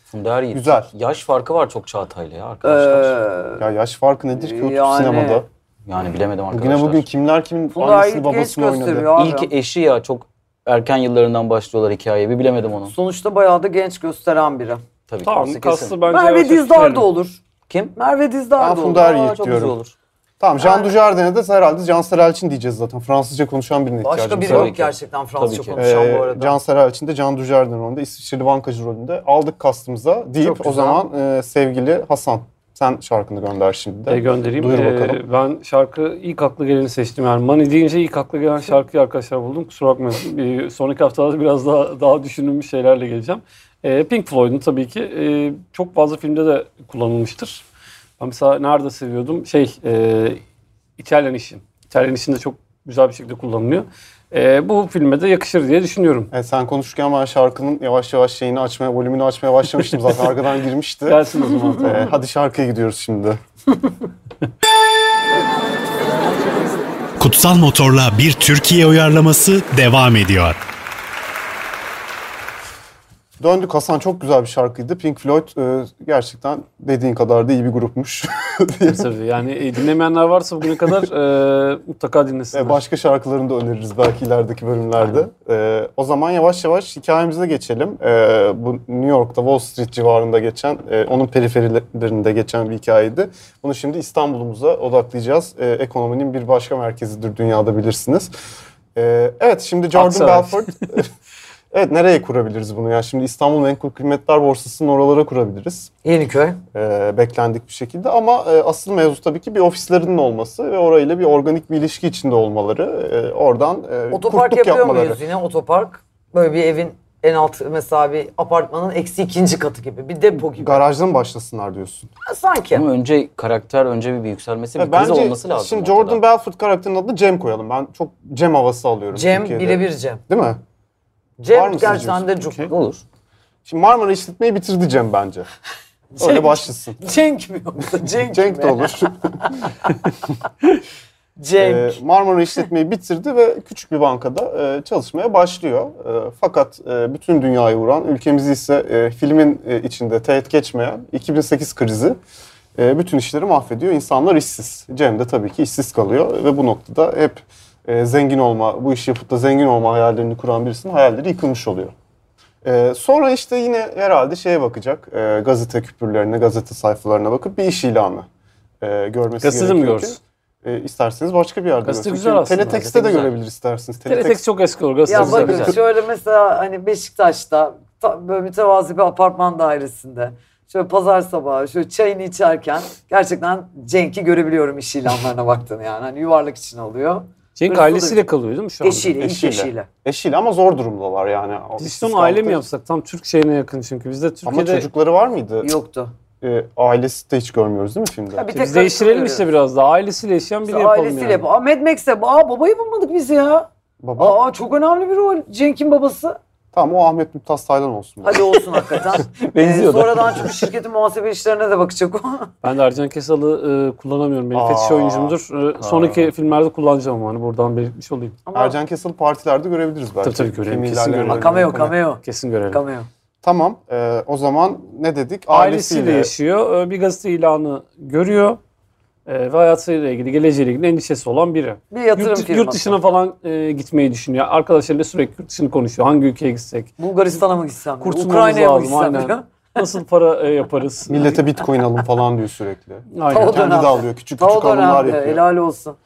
[SPEAKER 5] Funda Eryiğit.
[SPEAKER 2] Güzel.
[SPEAKER 5] Yaş farkı var çok Çağatay'la ya
[SPEAKER 4] Ee,
[SPEAKER 5] arkadaşlar.
[SPEAKER 2] Ya yaş farkı nedir ki o tür
[SPEAKER 4] Yani-
[SPEAKER 2] sinemada?
[SPEAKER 5] yani bilemedim arkadaşlar.
[SPEAKER 2] Bugüne bugün kimler kimin
[SPEAKER 4] Funda Er
[SPEAKER 2] annesini
[SPEAKER 4] Yiğit genç
[SPEAKER 2] babasını oynadı?
[SPEAKER 4] gösteriyor abi.
[SPEAKER 5] İlk eşi ya çok erken yıllarından başlıyorlar hikayeyi. Bir bilemedim onu.
[SPEAKER 4] Sonuçta bayağı da genç gösteren biri.
[SPEAKER 5] Tabii.
[SPEAKER 3] Tamam,
[SPEAKER 5] kesin.
[SPEAKER 3] kastı bence
[SPEAKER 4] Merve
[SPEAKER 3] yavaş yavaş
[SPEAKER 4] Dizdar da
[SPEAKER 3] bitirelim.
[SPEAKER 4] olur.
[SPEAKER 5] Kim?
[SPEAKER 4] Merve Dizdar
[SPEAKER 2] Ben
[SPEAKER 4] da
[SPEAKER 2] Funda
[SPEAKER 4] olur.
[SPEAKER 2] Er Yiğit
[SPEAKER 5] çok
[SPEAKER 2] diyorum.
[SPEAKER 5] güzel olur.
[SPEAKER 2] Tamam Jean Dujardin'e de herhalde Cansel Elçin diyeceğiz zaten. Fransızca konuşan birine
[SPEAKER 4] Başka
[SPEAKER 2] ihtiyacımız
[SPEAKER 4] biri
[SPEAKER 2] var.
[SPEAKER 5] tabii
[SPEAKER 4] yok
[SPEAKER 5] ki.
[SPEAKER 4] gerçekten Fransızca
[SPEAKER 5] Tabii ki.
[SPEAKER 4] konuşan
[SPEAKER 2] Ee,
[SPEAKER 4] bu arada.
[SPEAKER 2] Can Seral için de Can Dujardin rolünde, İsviçreli bankacı rolünde aldık kastımıza
[SPEAKER 4] Çok
[SPEAKER 2] deyip
[SPEAKER 4] güzel.
[SPEAKER 2] o zaman e, sevgili Hasan sen şarkını gönder şimdi de.
[SPEAKER 3] E, göndereyim.
[SPEAKER 2] Duyur
[SPEAKER 3] E,
[SPEAKER 2] bakalım.
[SPEAKER 3] ben şarkı ilk aklı geleni seçtim. Yani Mani deyince ilk aklı gelen şarkıyı arkadaşlar buldum. Kusura bakmayın. E, sonraki haftalarda biraz daha daha düşünülmüş şeylerle geleceğim. E, Pink Floyd'un tabii ki e, çok fazla filmde de kullanılmıştır. Ben mesela nerede seviyordum? Şey, e, İtalyan İşi. İtalyan İşi'nde çok güzel bir şekilde kullanılıyor. E, bu filme de yakışır diye düşünüyorum.
[SPEAKER 2] E, sen konuşurken ben şarkının yavaş yavaş şeyini açmaya, volümünü açmaya başlamıştım zaten arkadan girmişti.
[SPEAKER 3] Gelsin o zaman.
[SPEAKER 2] E, hadi şarkıya gidiyoruz şimdi.
[SPEAKER 1] Kutsal Motor'la bir Türkiye uyarlaması devam ediyor.
[SPEAKER 2] Döndük Hasan çok güzel bir şarkıydı. Pink Floyd e, gerçekten dediğin kadar da iyi bir grupmuş.
[SPEAKER 3] Tabii yani e, dinlemeyenler varsa bugüne kadar e, mutlaka dinlesinler.
[SPEAKER 2] E, başka şarkılarını da öneririz belki ilerideki bölümlerde. E, o zaman yavaş yavaş hikayemize geçelim. E, bu New York'ta Wall Street civarında geçen, e, onun periferilerinde geçen bir hikayeydi. Bunu şimdi İstanbul'umuza odaklayacağız. E, ekonominin bir başka merkezidir dünyada bilirsiniz. E, evet şimdi Jordan
[SPEAKER 3] Aksaray.
[SPEAKER 2] Belfort... evet nereye kurabiliriz bunu ya? Şimdi İstanbul Menkul Kıymetler Borsası'nın oralara kurabiliriz
[SPEAKER 4] Yeniköy.
[SPEAKER 2] e, beklendik bir şekilde. Ama e, asıl mevzu tabii ki bir ofislerinin olması ve orayla bir organik bir ilişki içinde olmaları. E, oradan e,
[SPEAKER 4] Otopark
[SPEAKER 2] kurtluk
[SPEAKER 4] yapıyor
[SPEAKER 2] yapmaları.
[SPEAKER 4] muyuz yine? Otopark. Böyle bir evin en alt mesela bir apartmanın eksi ikinci katı gibi. Bir depo gibi.
[SPEAKER 2] Garajdan başlasınlar diyorsun.
[SPEAKER 4] Ha, Sanki.
[SPEAKER 5] Ama önce karakter, önce bir yükselmesi, bir
[SPEAKER 2] E,
[SPEAKER 5] kriz
[SPEAKER 2] bence
[SPEAKER 5] olması lazım.
[SPEAKER 2] şimdi
[SPEAKER 5] ortada.
[SPEAKER 2] Jordan Belfort karakterinin adını Cem koyalım. Ben çok Cem havası alıyorum
[SPEAKER 4] Cem
[SPEAKER 2] Türkiye'de.
[SPEAKER 4] birebir Cem.
[SPEAKER 2] Değil mi? Var
[SPEAKER 4] Cem
[SPEAKER 2] mı
[SPEAKER 4] gerçekten de
[SPEAKER 2] sizce?
[SPEAKER 4] cuk.
[SPEAKER 2] Okey.
[SPEAKER 5] Olur.
[SPEAKER 2] Şimdi Marmara işletmeyi bitirdi Cem bence. Öyle başlasın.
[SPEAKER 4] Cenk mi yoksa? Cenk,
[SPEAKER 2] Cenk
[SPEAKER 4] mi?
[SPEAKER 2] de olur.
[SPEAKER 4] Cenk.
[SPEAKER 2] Ee, Marmara işletmeyi bitirdi ve küçük bir bankada e, çalışmaya başlıyor. E, fakat e, bütün dünyayı vuran, ülkemizi ise e, filmin e, içinde teğet geçmeyen 2008 krizi e, bütün işleri mahvediyor. İnsanlar işsiz. Cem de tabii ki işsiz kalıyor ve bu noktada hep e, zengin olma, bu işi yapıp da zengin olma hayallerini kuran birisinin hayalleri yıkılmış oluyor. Ee, sonra işte yine herhalde şeye bakacak. e, gazete küpürlerine, gazete sayfalarına bakıp bir iş ilanı e, görmesi
[SPEAKER 3] Gazetede mi
[SPEAKER 2] gerekiyor. ki,
[SPEAKER 3] görsün?
[SPEAKER 2] e, isterseniz başka bir yerde
[SPEAKER 3] Gazete
[SPEAKER 2] görsün.
[SPEAKER 3] güzel
[SPEAKER 2] Çünkü
[SPEAKER 3] aslında,
[SPEAKER 2] Teletext'te de
[SPEAKER 5] gazete güzel.
[SPEAKER 2] görebilir isterseniz.
[SPEAKER 3] Teletext çok eski olur.
[SPEAKER 4] Ya
[SPEAKER 3] Gazetesi
[SPEAKER 4] bakın
[SPEAKER 3] güzel.
[SPEAKER 4] şöyle mesela hani Beşiktaş'ta ta- böyle mütevazi bir apartman dairesinde şöyle pazar sabahı şöyle çayını içerken gerçekten Cenk'i görebiliyorum iş ilanlarına baktığını yani. Hani yuvarlak için alıyor.
[SPEAKER 3] Cenk
[SPEAKER 4] Böyle
[SPEAKER 3] ailesiyle kalıyor değil mi şu anda?
[SPEAKER 4] Eşiyle, ilk
[SPEAKER 2] eşiyle.
[SPEAKER 4] eşiyle.
[SPEAKER 2] Eşiyle ama zor durumdalar yani. O
[SPEAKER 3] Dizisyon
[SPEAKER 2] istisnafta-
[SPEAKER 3] aile mi yapsak? Tam Türk şeyine yakın çünkü. Bizde
[SPEAKER 2] Ama
[SPEAKER 3] Türkiye'de
[SPEAKER 2] çocukları var mıydı?
[SPEAKER 4] Yoktu.
[SPEAKER 2] E, ailesi de hiç görmüyoruz değil mi filmde?
[SPEAKER 4] Ya bir tek
[SPEAKER 3] biz değiştirelim
[SPEAKER 4] karısını
[SPEAKER 3] işte
[SPEAKER 4] görüyoruz.
[SPEAKER 3] biraz daha. Ailesiyle yaşayan biri
[SPEAKER 4] İşte
[SPEAKER 3] yapalım
[SPEAKER 4] ailesiyle.
[SPEAKER 3] yani.
[SPEAKER 4] yap- Aa Mad Max'e. Aa babayı bulmadık biz ya.
[SPEAKER 2] Baba.
[SPEAKER 4] Aa çok önemli bir rol. Cenk'in babası.
[SPEAKER 2] Tamam o Ahmet Mümtaz Taylan olsun.
[SPEAKER 4] Hadi olsun hakikaten. Ee,
[SPEAKER 5] Benziyor da.
[SPEAKER 4] sonradan çünkü şirketin muhasebe işlerine de bakacak o.
[SPEAKER 3] Ben de Ercan Kesal'ı e, kullanamıyorum. Benim
[SPEAKER 2] Aa.
[SPEAKER 3] fetiş oyuncumdur. E, sonraki filmlerde kullanacağım hani buradan belirtmiş olayım.
[SPEAKER 4] Ama
[SPEAKER 2] Ercan Kesil partilerde görebiliriz belki.
[SPEAKER 3] Tabii, tabii, görelim,
[SPEAKER 2] Filmi
[SPEAKER 3] kesin
[SPEAKER 2] ilerleyen
[SPEAKER 3] görelim.
[SPEAKER 4] Aa,
[SPEAKER 2] bölümlerinde.
[SPEAKER 4] cameo, cameo.
[SPEAKER 3] Kesin görelim.
[SPEAKER 4] Cameo.
[SPEAKER 2] Tamam. e, o zaman ne dedik?
[SPEAKER 3] Ailesiyle yaşıyor. E, bir gazete ilanı görüyor. E, ve hayatıyla ilgili, geleceğiyle ilgili endişesi olan biri.
[SPEAKER 4] Bir yatırım
[SPEAKER 3] Yurt,
[SPEAKER 4] firması.
[SPEAKER 3] yurt dışına falan e, gitmeyi düşünüyor. Arkadaşlarıyla sürekli yurt dışını konuşuyor. Hangi ülkeye gitsek?
[SPEAKER 4] Bulgaristan'a mı gitsem? diyor,
[SPEAKER 3] Kurtulmamız
[SPEAKER 4] Hani Ukrayna'ya mı
[SPEAKER 3] lazım,
[SPEAKER 4] gitsem?
[SPEAKER 3] aynen.
[SPEAKER 4] diyor.
[SPEAKER 3] Nasıl para e, yaparız?
[SPEAKER 2] Millete bitcoin alın falan diyor sürekli.
[SPEAKER 3] Aynen.
[SPEAKER 4] O
[SPEAKER 2] Kendi
[SPEAKER 4] dönemde.
[SPEAKER 2] de alıyor. Küçük
[SPEAKER 4] Ta o
[SPEAKER 2] küçük alımlar
[SPEAKER 4] dönemde
[SPEAKER 2] yapıyor.
[SPEAKER 4] helal olsun.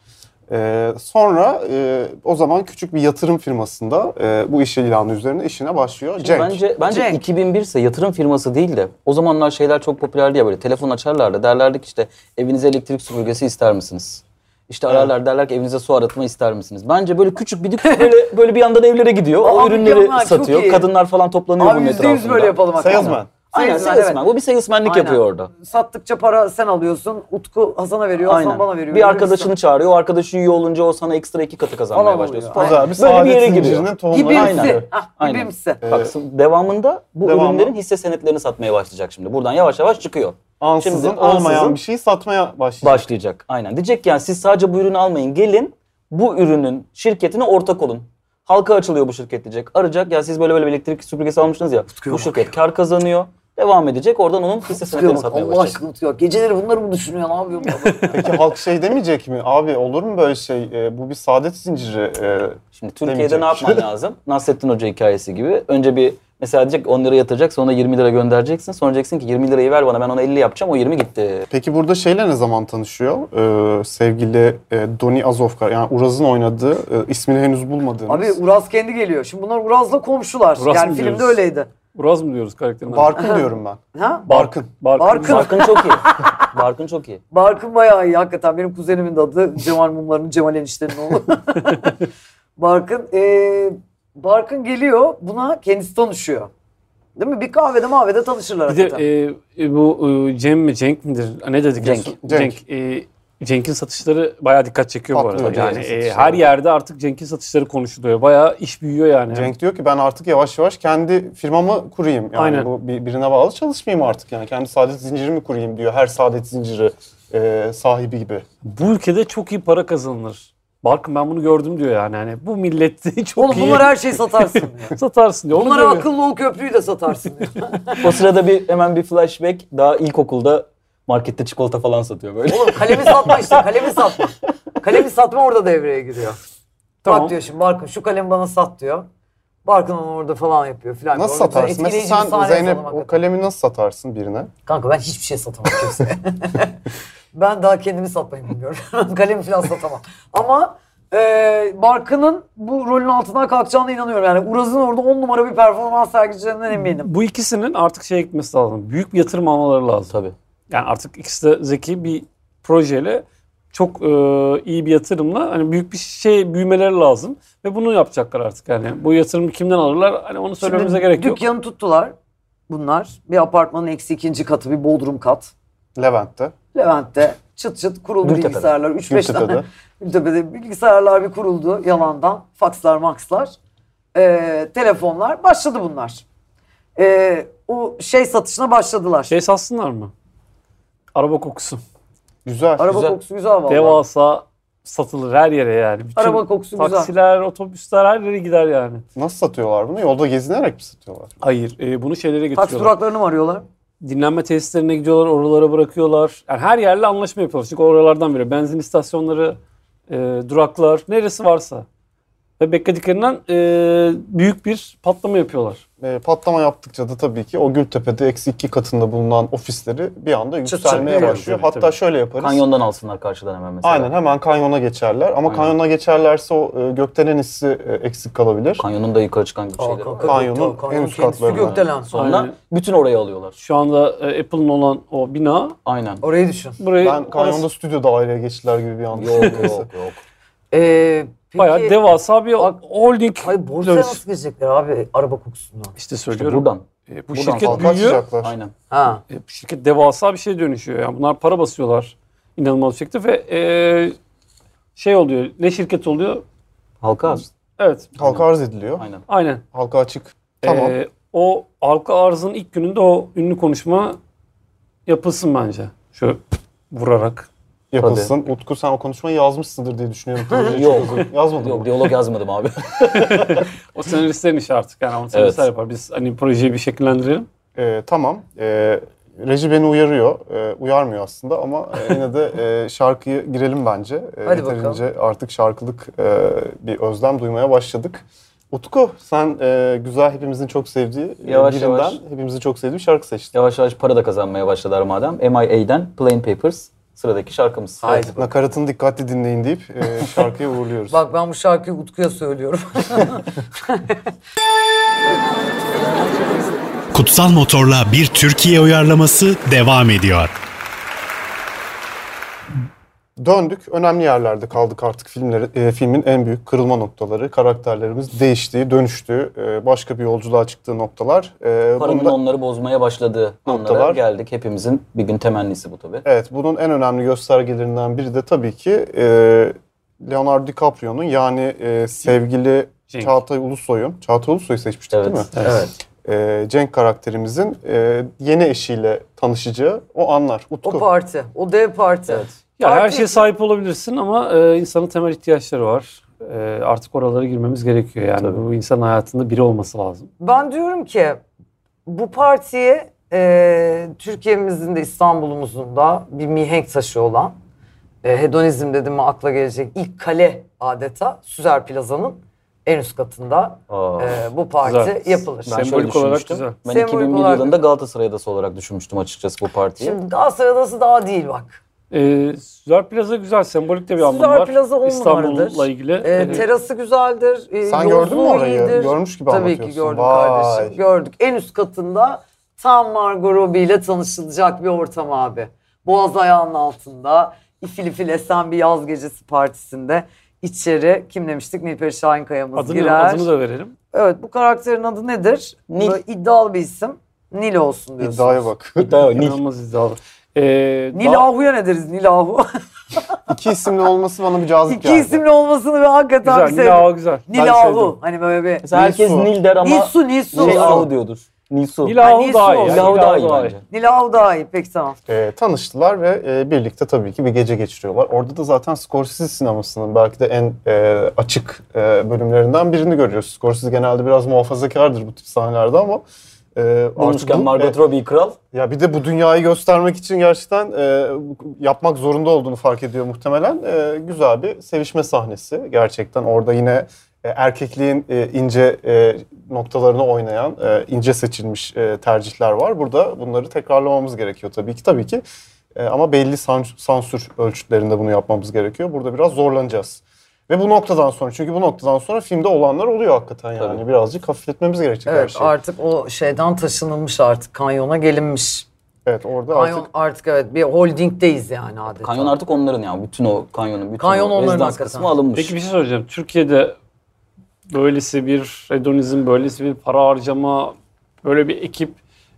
[SPEAKER 2] Ee, sonra e, o zaman küçük bir yatırım firmasında e, bu iş ilanı üzerine işine başlıyor. Cenk.
[SPEAKER 5] Bence bence
[SPEAKER 4] Cenk.
[SPEAKER 5] 2001 ise yatırım firması değil de o zamanlar şeyler çok popülerdi ya böyle telefon açarlardı derlerdi ki işte evinize elektrik süpürgesi ister misiniz? İşte ararlar derler ki evinize su arıtma ister misiniz? Bence böyle küçük bir dük- böyle böyle bir yandan evlere gidiyor.
[SPEAKER 4] Aa,
[SPEAKER 5] o
[SPEAKER 4] mükemmel,
[SPEAKER 5] ürünleri
[SPEAKER 4] çok
[SPEAKER 5] satıyor.
[SPEAKER 4] iyi.
[SPEAKER 5] Kadınlar falan toplanıyor
[SPEAKER 4] Abi
[SPEAKER 5] bunun
[SPEAKER 4] yüzde
[SPEAKER 5] Şey etrafında.
[SPEAKER 4] yüz böyle yapalım hakikaten.
[SPEAKER 2] Salesman.
[SPEAKER 5] Aynen
[SPEAKER 4] Salesman,
[SPEAKER 5] salesman.
[SPEAKER 4] evet.
[SPEAKER 5] Bu bir salesmanlık
[SPEAKER 4] Aynen.
[SPEAKER 5] yapıyor orada.
[SPEAKER 4] Sattıkça para sen alıyorsun. Utku Hasan'a veriyor.
[SPEAKER 5] Aynen.
[SPEAKER 4] Hasan bana veriyor.
[SPEAKER 5] bir
[SPEAKER 4] Öyle
[SPEAKER 5] arkadaşını çağırıyor. O arkadaşı üyü olunca o sana ekstra iki katı kazanmaya
[SPEAKER 4] Falan
[SPEAKER 5] başlıyor.
[SPEAKER 4] oluyor.
[SPEAKER 5] Aynen.
[SPEAKER 2] Pazar bir
[SPEAKER 5] Böyle bir yere
[SPEAKER 2] saadet
[SPEAKER 5] giriyor.
[SPEAKER 2] zincirinin tohumları.
[SPEAKER 5] Aynen.
[SPEAKER 4] Gibimsi. Ah,
[SPEAKER 5] Aynen.
[SPEAKER 4] gibimsi.
[SPEAKER 5] Bak, devamında bu
[SPEAKER 2] devamı-
[SPEAKER 5] ürünlerin hisse senetlerini satmaya başlayacak şimdi. Buradan yavaş yavaş çıkıyor.
[SPEAKER 2] Ansızın
[SPEAKER 5] Şimdi
[SPEAKER 2] olmayan
[SPEAKER 5] ansızın-
[SPEAKER 2] bir şeyi satmaya başlıyor.
[SPEAKER 5] başlayacak. Aynen. Diyecek ki yani siz sadece bu ürünü almayın. Gelin bu ürünün şirketine ortak olun. Halka açılıyor bu şirket diyecek. Arayacak ya siz böyle böyle bir elektrik süpürgesi almıştınız ya.
[SPEAKER 4] Tutkuya
[SPEAKER 5] bu
[SPEAKER 4] bak
[SPEAKER 5] şirket kar kazanıyor. Devam edecek. Oradan onun hisse
[SPEAKER 4] Tutuyor
[SPEAKER 5] senetlerini
[SPEAKER 4] bak,
[SPEAKER 5] satmaya
[SPEAKER 4] Allah
[SPEAKER 5] başlayacak.
[SPEAKER 4] aşkına tutuyor. Geceleri bunları mı düşünüyor? Ne yapıyor bu adam?
[SPEAKER 2] Peki halk şey demeyecek mi? Abi olur mu böyle şey? E, bu bir saadet zinciri. E,
[SPEAKER 5] Şimdi Türkiye'de
[SPEAKER 2] Demeyecek.
[SPEAKER 5] ne yapman lazım? Nasrettin Hoca hikayesi gibi. Önce bir mesela diyecek 10 lira yatıracak sonra 20 lira göndereceksin. Sonra diyeceksin ki 20 lirayı ver bana ben ona 50 yapacağım o 20 gitti.
[SPEAKER 2] Peki burada şeyle ne zaman tanışıyor? E, sevgili e, Doni Azofkar. Yani Uraz'ın oynadığı, e, ismini henüz bulmadığımız.
[SPEAKER 4] Abi Uraz kendi geliyor. Şimdi bunlar Uraz'la komşular.
[SPEAKER 3] Uraz
[SPEAKER 4] yani
[SPEAKER 3] mı
[SPEAKER 4] filmde
[SPEAKER 3] diyoruz?
[SPEAKER 4] öyleydi.
[SPEAKER 3] Uraz mı diyoruz karakterin? adı?
[SPEAKER 2] Barkın diyorum ben.
[SPEAKER 4] Ha?
[SPEAKER 2] Barkın.
[SPEAKER 3] Barkın.
[SPEAKER 4] Barkın.
[SPEAKER 5] Barkın çok iyi. Barkın çok iyi.
[SPEAKER 4] Barkın bayağı iyi hakikaten. Benim kuzenimin de adı Cemal Mumlar'ın Cemal eniştenin oğlu. Barkın. eee, Barkın geliyor. Buna kendisi tanışıyor. Değil mi? Bir kahvede mahvede tanışırlar
[SPEAKER 3] Bir de
[SPEAKER 4] hakikaten.
[SPEAKER 3] e, e, bu e, Cem mi Cenk midir? Ne dedik? en
[SPEAKER 5] Cenk.
[SPEAKER 3] son?
[SPEAKER 2] Cenk.
[SPEAKER 3] Cenk. e, Cenk'in satışları bayağı dikkat çekiyor bu
[SPEAKER 2] Patlıyor
[SPEAKER 3] arada. Yani
[SPEAKER 5] Cenk'in
[SPEAKER 3] e,
[SPEAKER 5] satışları.
[SPEAKER 3] her yerde artık Cenk'in satışları konuşuluyor. Bayağı iş büyüyor yani.
[SPEAKER 2] Cenk diyor ki ben artık yavaş yavaş kendi firmamı kurayım. Yani
[SPEAKER 3] Aynen.
[SPEAKER 2] bu bir- birine bağlı çalışmayayım artık. Yani kendi saadet zincirimi kurayım diyor. Her saadet zinciri e, sahibi gibi.
[SPEAKER 3] Bu ülkede çok iyi para kazanılır. Barkın ben bunu gördüm diyor yani. yani bu millette çok
[SPEAKER 4] Oğlum
[SPEAKER 3] iyi
[SPEAKER 4] bunlar her şeyi satarsın diyor.
[SPEAKER 3] satarsın diyor. Onu
[SPEAKER 4] Bunlara
[SPEAKER 3] görüyor.
[SPEAKER 4] akıllı ol köprüyü de satarsın diyor.
[SPEAKER 5] O sırada bir hemen bir flashback daha ilkokulda markette çikolata falan satıyor böyle.
[SPEAKER 4] Oğlum kalemi satma işte kalemi satma. Kalemi satma orada devreye giriyor.
[SPEAKER 3] Tamam.
[SPEAKER 4] Bak diyor şimdi Barkın şu kalemi bana sat diyor. Barkın onu orada falan yapıyor filan.
[SPEAKER 2] Nasıl
[SPEAKER 4] Orada güzel
[SPEAKER 2] satarsın? Mesela
[SPEAKER 4] etkileyici bir
[SPEAKER 2] sen
[SPEAKER 4] sahne
[SPEAKER 2] Zeynep
[SPEAKER 4] yapalım
[SPEAKER 2] o
[SPEAKER 4] hakikaten.
[SPEAKER 2] kalemi nasıl satarsın birine?
[SPEAKER 4] Kanka ben hiçbir şey satamam kimseye. ben daha kendimi satmayı bilmiyorum. Kalemi falan satamam. Ama e, Barkın'ın bu rolün altından kalkacağına inanıyorum. Yani Uraz'ın orada 10 numara bir performans sergileyeceğinden eminim.
[SPEAKER 3] Bu ikisinin artık şeye gitmesi lazım. Büyük bir yatırım almaları lazım.
[SPEAKER 5] Tabii.
[SPEAKER 3] Yani artık ikisi de zeki bir projeyle çok e, iyi bir yatırımla hani büyük bir şey büyümeleri lazım ve bunu yapacaklar artık yani. Bu yatırımı kimden alırlar? Hani onu söylememize
[SPEAKER 4] Şimdi
[SPEAKER 3] gerek yok.
[SPEAKER 4] Dükkanı tuttular bunlar. Bir apartmanın eksi ikinci katı, bir bodrum kat.
[SPEAKER 2] Levent'te.
[SPEAKER 4] Levent'te çıt çıt kuruldu
[SPEAKER 5] Gültepe'de.
[SPEAKER 4] bilgisayarlar. 3-5 tane
[SPEAKER 2] Gültepe'de.
[SPEAKER 4] Gültepe'de bilgisayarlar bir kuruldu yalandan. Fakslar makslar. Ee, telefonlar başladı bunlar. Ee, o şey satışına başladılar.
[SPEAKER 3] Şey satsınlar mı? Araba kokusu.
[SPEAKER 2] Güzel.
[SPEAKER 4] Araba
[SPEAKER 5] güzel.
[SPEAKER 4] kokusu güzel valla.
[SPEAKER 3] Devasa satılır her yere yani. Bütün
[SPEAKER 4] Araba kokusu güzel.
[SPEAKER 3] taksiler, otobüsler her yere gider yani.
[SPEAKER 2] Nasıl satıyorlar bunu? Yolda gezinerek mi satıyorlar?
[SPEAKER 3] Hayır, e, bunu şeylere
[SPEAKER 4] Taksi
[SPEAKER 3] getiriyorlar.
[SPEAKER 4] duraklarını mı arıyorlar?
[SPEAKER 3] Dinlenme tesislerine gidiyorlar, oralara bırakıyorlar. Yani her yerle anlaşma yapıyorlar. Çünkü oralardan biri. Benzin istasyonları, e, duraklar, neresi varsa. Ve beklediklerinden e, büyük bir patlama yapıyorlar.
[SPEAKER 2] E, patlama yaptıkça da tabii ki o Gültepe'de eksi iki katında bulunan ofisleri bir anda
[SPEAKER 4] çıt
[SPEAKER 2] yükselmeye
[SPEAKER 4] diyor.
[SPEAKER 2] başlıyor.
[SPEAKER 3] Tabii, tabii.
[SPEAKER 2] Hatta şöyle yaparız.
[SPEAKER 5] Kanyondan alsınlar karşıdan hemen mesela.
[SPEAKER 2] Aynen hemen kanyona geçerler. Ama
[SPEAKER 5] Aynen.
[SPEAKER 2] kanyona geçerlerse o e, gökten en iyisi e, eksik kalabilir.
[SPEAKER 5] Kanyonun da yukarı çıkan bir
[SPEAKER 4] Şey,
[SPEAKER 5] şeyleri var.
[SPEAKER 2] Kanyonun en üst katları.
[SPEAKER 4] gökdelen.
[SPEAKER 5] Sonra
[SPEAKER 3] Aynen.
[SPEAKER 5] bütün orayı alıyorlar.
[SPEAKER 3] Şu anda e, Apple'ın olan o bina
[SPEAKER 5] Aynen.
[SPEAKER 4] Orayı düşün.
[SPEAKER 3] burayı
[SPEAKER 2] Ben kanyonda
[SPEAKER 3] orası
[SPEAKER 2] stüdyo daireye geçtiler gibi bir anda.
[SPEAKER 5] yok yok yok.
[SPEAKER 4] Ee, peki,
[SPEAKER 3] bayağı devasa bir holding.
[SPEAKER 4] Hayır borsaya
[SPEAKER 3] dönüş-
[SPEAKER 4] nasıl girecekler abi araba kokusundan?
[SPEAKER 3] İşte
[SPEAKER 5] İşte
[SPEAKER 3] söylüyorum.
[SPEAKER 5] buradan.
[SPEAKER 3] E, bu
[SPEAKER 5] buradan
[SPEAKER 3] şirket
[SPEAKER 2] Halka
[SPEAKER 3] büyüyor.
[SPEAKER 2] açacaklar.
[SPEAKER 5] Aynen.
[SPEAKER 4] Ha.
[SPEAKER 3] E, bu şirket devasa bir şey dönüşüyor. Yani bunlar para basıyorlar inanılmaz bir şekilde ve e, şey oluyor. Ne şirket oluyor?
[SPEAKER 5] Halka arz.
[SPEAKER 3] Evet.
[SPEAKER 2] Halka arz ediliyor.
[SPEAKER 5] Aynen. Ee,
[SPEAKER 3] Aynen.
[SPEAKER 2] Halka açık. Tamam.
[SPEAKER 3] E, o halka arzın ilk gününde o ünlü konuşma yapılsın bence. Şu vurarak.
[SPEAKER 2] yapılsın. Utku sen o konuşmayı yazmışsındır diye düşünüyorum. Projeyi
[SPEAKER 5] Yok.
[SPEAKER 2] çok uzun- Yazmadın
[SPEAKER 5] Yok
[SPEAKER 2] mı?
[SPEAKER 5] diyalog yazmadım abi.
[SPEAKER 3] O senaristlerin işi artık. Yani onu senaristler
[SPEAKER 5] Evet.
[SPEAKER 3] yapar. Biz hani projeyi bir şekillendirelim.
[SPEAKER 2] E, tamam. E, reji beni uyarıyor. E, uyarmıyor aslında ama e, yine de e, şarkıyı girelim bence. E,
[SPEAKER 4] Hadi
[SPEAKER 2] yeterince artık şarkılık e, bir özlem duymaya başladık. Utku sen e, güzel hepimizin çok sevdiği e,
[SPEAKER 5] Yavaş
[SPEAKER 2] birinden
[SPEAKER 5] yavaş.
[SPEAKER 2] hepimizin çok sevdiği bir şarkı seçtin.
[SPEAKER 5] Yavaş yavaş para da kazanmaya başladılar madem. MIA'den Plain Papers sıradaki şarkımız.
[SPEAKER 4] Haydi bakalım.
[SPEAKER 2] Nakaratını dikkatli dinleyin deyip e, şarkıya uğurluyoruz.
[SPEAKER 4] Bak ben bu şarkıyı Utku'ya söylüyorum.
[SPEAKER 1] Kutsal Motor'la bir Türkiye uyarlaması devam ediyor.
[SPEAKER 2] Döndük. Önemli yerlerde kaldık artık filmleri, e, filmin en büyük kırılma noktaları. Karakterlerimiz değiştiği, dönüştüğü, e, başka bir yolculuğa çıktığı noktalar. E,
[SPEAKER 5] Paranın
[SPEAKER 2] bunda-
[SPEAKER 5] onları bozmaya başladığı anlara
[SPEAKER 2] Noktalar.
[SPEAKER 5] geldik. Hepimizin bir gün temennisi bu tabii.
[SPEAKER 2] Evet, bunun en önemli göstergelerinden biri de tabii ki e, Leonardo DiCaprio'nun yani e, sevgili
[SPEAKER 3] Cenk.
[SPEAKER 2] Çağatay Ulusoy'un, Çağatay Ulusoy'u seçmiştik
[SPEAKER 5] Evet.
[SPEAKER 2] değil mi?
[SPEAKER 5] Evet.
[SPEAKER 2] E, Cenk karakterimizin e, yeni eşiyle tanışacağı o anlar.
[SPEAKER 4] o
[SPEAKER 2] Utku.
[SPEAKER 4] parti. O dev parti.
[SPEAKER 5] Evet.
[SPEAKER 3] Ya her
[SPEAKER 4] Parti
[SPEAKER 3] şeye
[SPEAKER 4] için-
[SPEAKER 3] sahip olabilirsin ama e, insanın temel ihtiyaçları var. E, artık oralara girmemiz gerekiyor yani.
[SPEAKER 5] Tabii.
[SPEAKER 3] Bu insan hayatında biri olması lazım.
[SPEAKER 4] Ben diyorum ki bu partiye e, Türkiye'mizin de İstanbul'umuzun da bir mihenk taşı olan e, hedonizm dedim mi akla gelecek ilk kale adeta Süzer Plaza'nın en üst katında
[SPEAKER 5] Aa.
[SPEAKER 4] e, bu parti
[SPEAKER 3] Güzel. şey
[SPEAKER 4] yapılır.
[SPEAKER 5] Ben şöyle
[SPEAKER 3] Sembolik olarak
[SPEAKER 5] düşünmüştüm.
[SPEAKER 3] güzel.
[SPEAKER 5] Ben
[SPEAKER 4] Sembolik
[SPEAKER 5] 2001
[SPEAKER 4] olarak-
[SPEAKER 5] yılında Galatasaray Adası olarak düşünmüştüm açıkçası bu partiyi.
[SPEAKER 4] Şimdi Galatasaray Adası daha değil bak.
[SPEAKER 3] Ee, Süper Plaza güzel, sembolik de bir anlamı var.
[SPEAKER 4] Süzer Plaza on
[SPEAKER 3] İstanbul'la
[SPEAKER 4] numaradır.
[SPEAKER 3] ilgili.
[SPEAKER 4] E,
[SPEAKER 3] Ee,
[SPEAKER 4] terası güzeldir. e,
[SPEAKER 2] Sen gördün mü
[SPEAKER 4] yolculuğu
[SPEAKER 2] orayı?
[SPEAKER 4] iyidir.
[SPEAKER 2] Görmüş gibi
[SPEAKER 4] Tabii
[SPEAKER 2] anlatıyorsun.
[SPEAKER 4] ki gördük
[SPEAKER 2] Vay.
[SPEAKER 4] kardeşim. Gördük. En üst katında tam Margot Robbie ile tanışılacak bir ortam abi. Boğaz ayağının altında. ifil ifil esen bir yaz gecesi partisinde içeri kim demiştik Nilperi Şahinkaya'mız
[SPEAKER 3] adını,
[SPEAKER 4] girer.
[SPEAKER 3] adını da verelim.
[SPEAKER 4] Evet bu karakterin adı nedir?
[SPEAKER 5] Nil.
[SPEAKER 4] Böyle iddialı bir isim. Nil olsun diyorsun.
[SPEAKER 2] İddiaya bak.
[SPEAKER 3] İnanılmaz iddialı. Ee,
[SPEAKER 4] Nil
[SPEAKER 3] daha-
[SPEAKER 4] Ahu'ya ne deriz Nil Ahu?
[SPEAKER 2] İki isimli olması bana bir cazip
[SPEAKER 4] İki
[SPEAKER 2] geldi.
[SPEAKER 4] isimli olmasını ve
[SPEAKER 3] Güzel,
[SPEAKER 4] hakikaten bir
[SPEAKER 3] Nil
[SPEAKER 4] sevdim.
[SPEAKER 3] Ağa güzel.
[SPEAKER 2] Ben
[SPEAKER 4] Nil Ahu.
[SPEAKER 2] sevdim.
[SPEAKER 4] Hani böyle bir...
[SPEAKER 5] Mesela herkes
[SPEAKER 2] Nilsu.
[SPEAKER 5] Nil der ama
[SPEAKER 4] Nilsu, Nilsu.
[SPEAKER 5] Nil Ahu diyordur. Nilsu.
[SPEAKER 3] Nil Ağa
[SPEAKER 4] Nilsu
[SPEAKER 3] daha iyi.
[SPEAKER 4] olsun.
[SPEAKER 5] Nil
[SPEAKER 3] yani,
[SPEAKER 5] Ahu
[SPEAKER 3] Nil
[SPEAKER 5] daha
[SPEAKER 3] Ağa
[SPEAKER 5] iyi bence.
[SPEAKER 4] Nil Ahu daha iyi. Peki tamam.
[SPEAKER 2] E, tanıştılar ve e, birlikte tabii ki bir gece geçiriyorlar. Orada da zaten Scorsese sinemasının belki de en e, açık e, bölümlerinden birini görüyoruz. Scorsese genelde biraz muhafazakardır bu tip sahnelerde ama e, artık
[SPEAKER 5] Bulmuşken
[SPEAKER 2] bu-
[SPEAKER 5] Margot
[SPEAKER 2] e,
[SPEAKER 5] Robbie kral.
[SPEAKER 2] ya bir de bu dünyayı göstermek için gerçekten e, yapmak zorunda olduğunu fark ediyor muhtemelen. E, güzel bir sevişme sahnesi gerçekten. Orada yine e, erkekliğin e, ince e, noktalarını oynayan e, ince seçilmiş e, tercihler var. Burada bunları tekrarlamamız gerekiyor tabii ki tabii ki. E, ama belli san- sansür ölçütlerinde bunu yapmamız gerekiyor. Burada biraz zorlanacağız. Ve bu noktadan sonra çünkü bu noktadan sonra filmde olanlar oluyor hakikaten yani.
[SPEAKER 5] Tabii.
[SPEAKER 2] Birazcık hafifletmemiz gerekecek her
[SPEAKER 4] Evet
[SPEAKER 2] şeyi.
[SPEAKER 4] artık o şeyden taşınılmış artık kanyona gelinmiş.
[SPEAKER 2] evet orada
[SPEAKER 4] Kanyon
[SPEAKER 2] artık
[SPEAKER 4] artık, evet bir holdingdeyiz yani adeta.
[SPEAKER 5] Kanyon artık onların yani. Bütün o kanyonun, bütün
[SPEAKER 4] Kanyon
[SPEAKER 5] o
[SPEAKER 4] onların
[SPEAKER 5] rezidans
[SPEAKER 4] hakikaten.
[SPEAKER 5] kısmı alınmış.
[SPEAKER 3] Peki bir şey söyleyeceğim. Türkiye'de böylesi bir hedonizm, böylesi bir para harcama, böyle bir ekip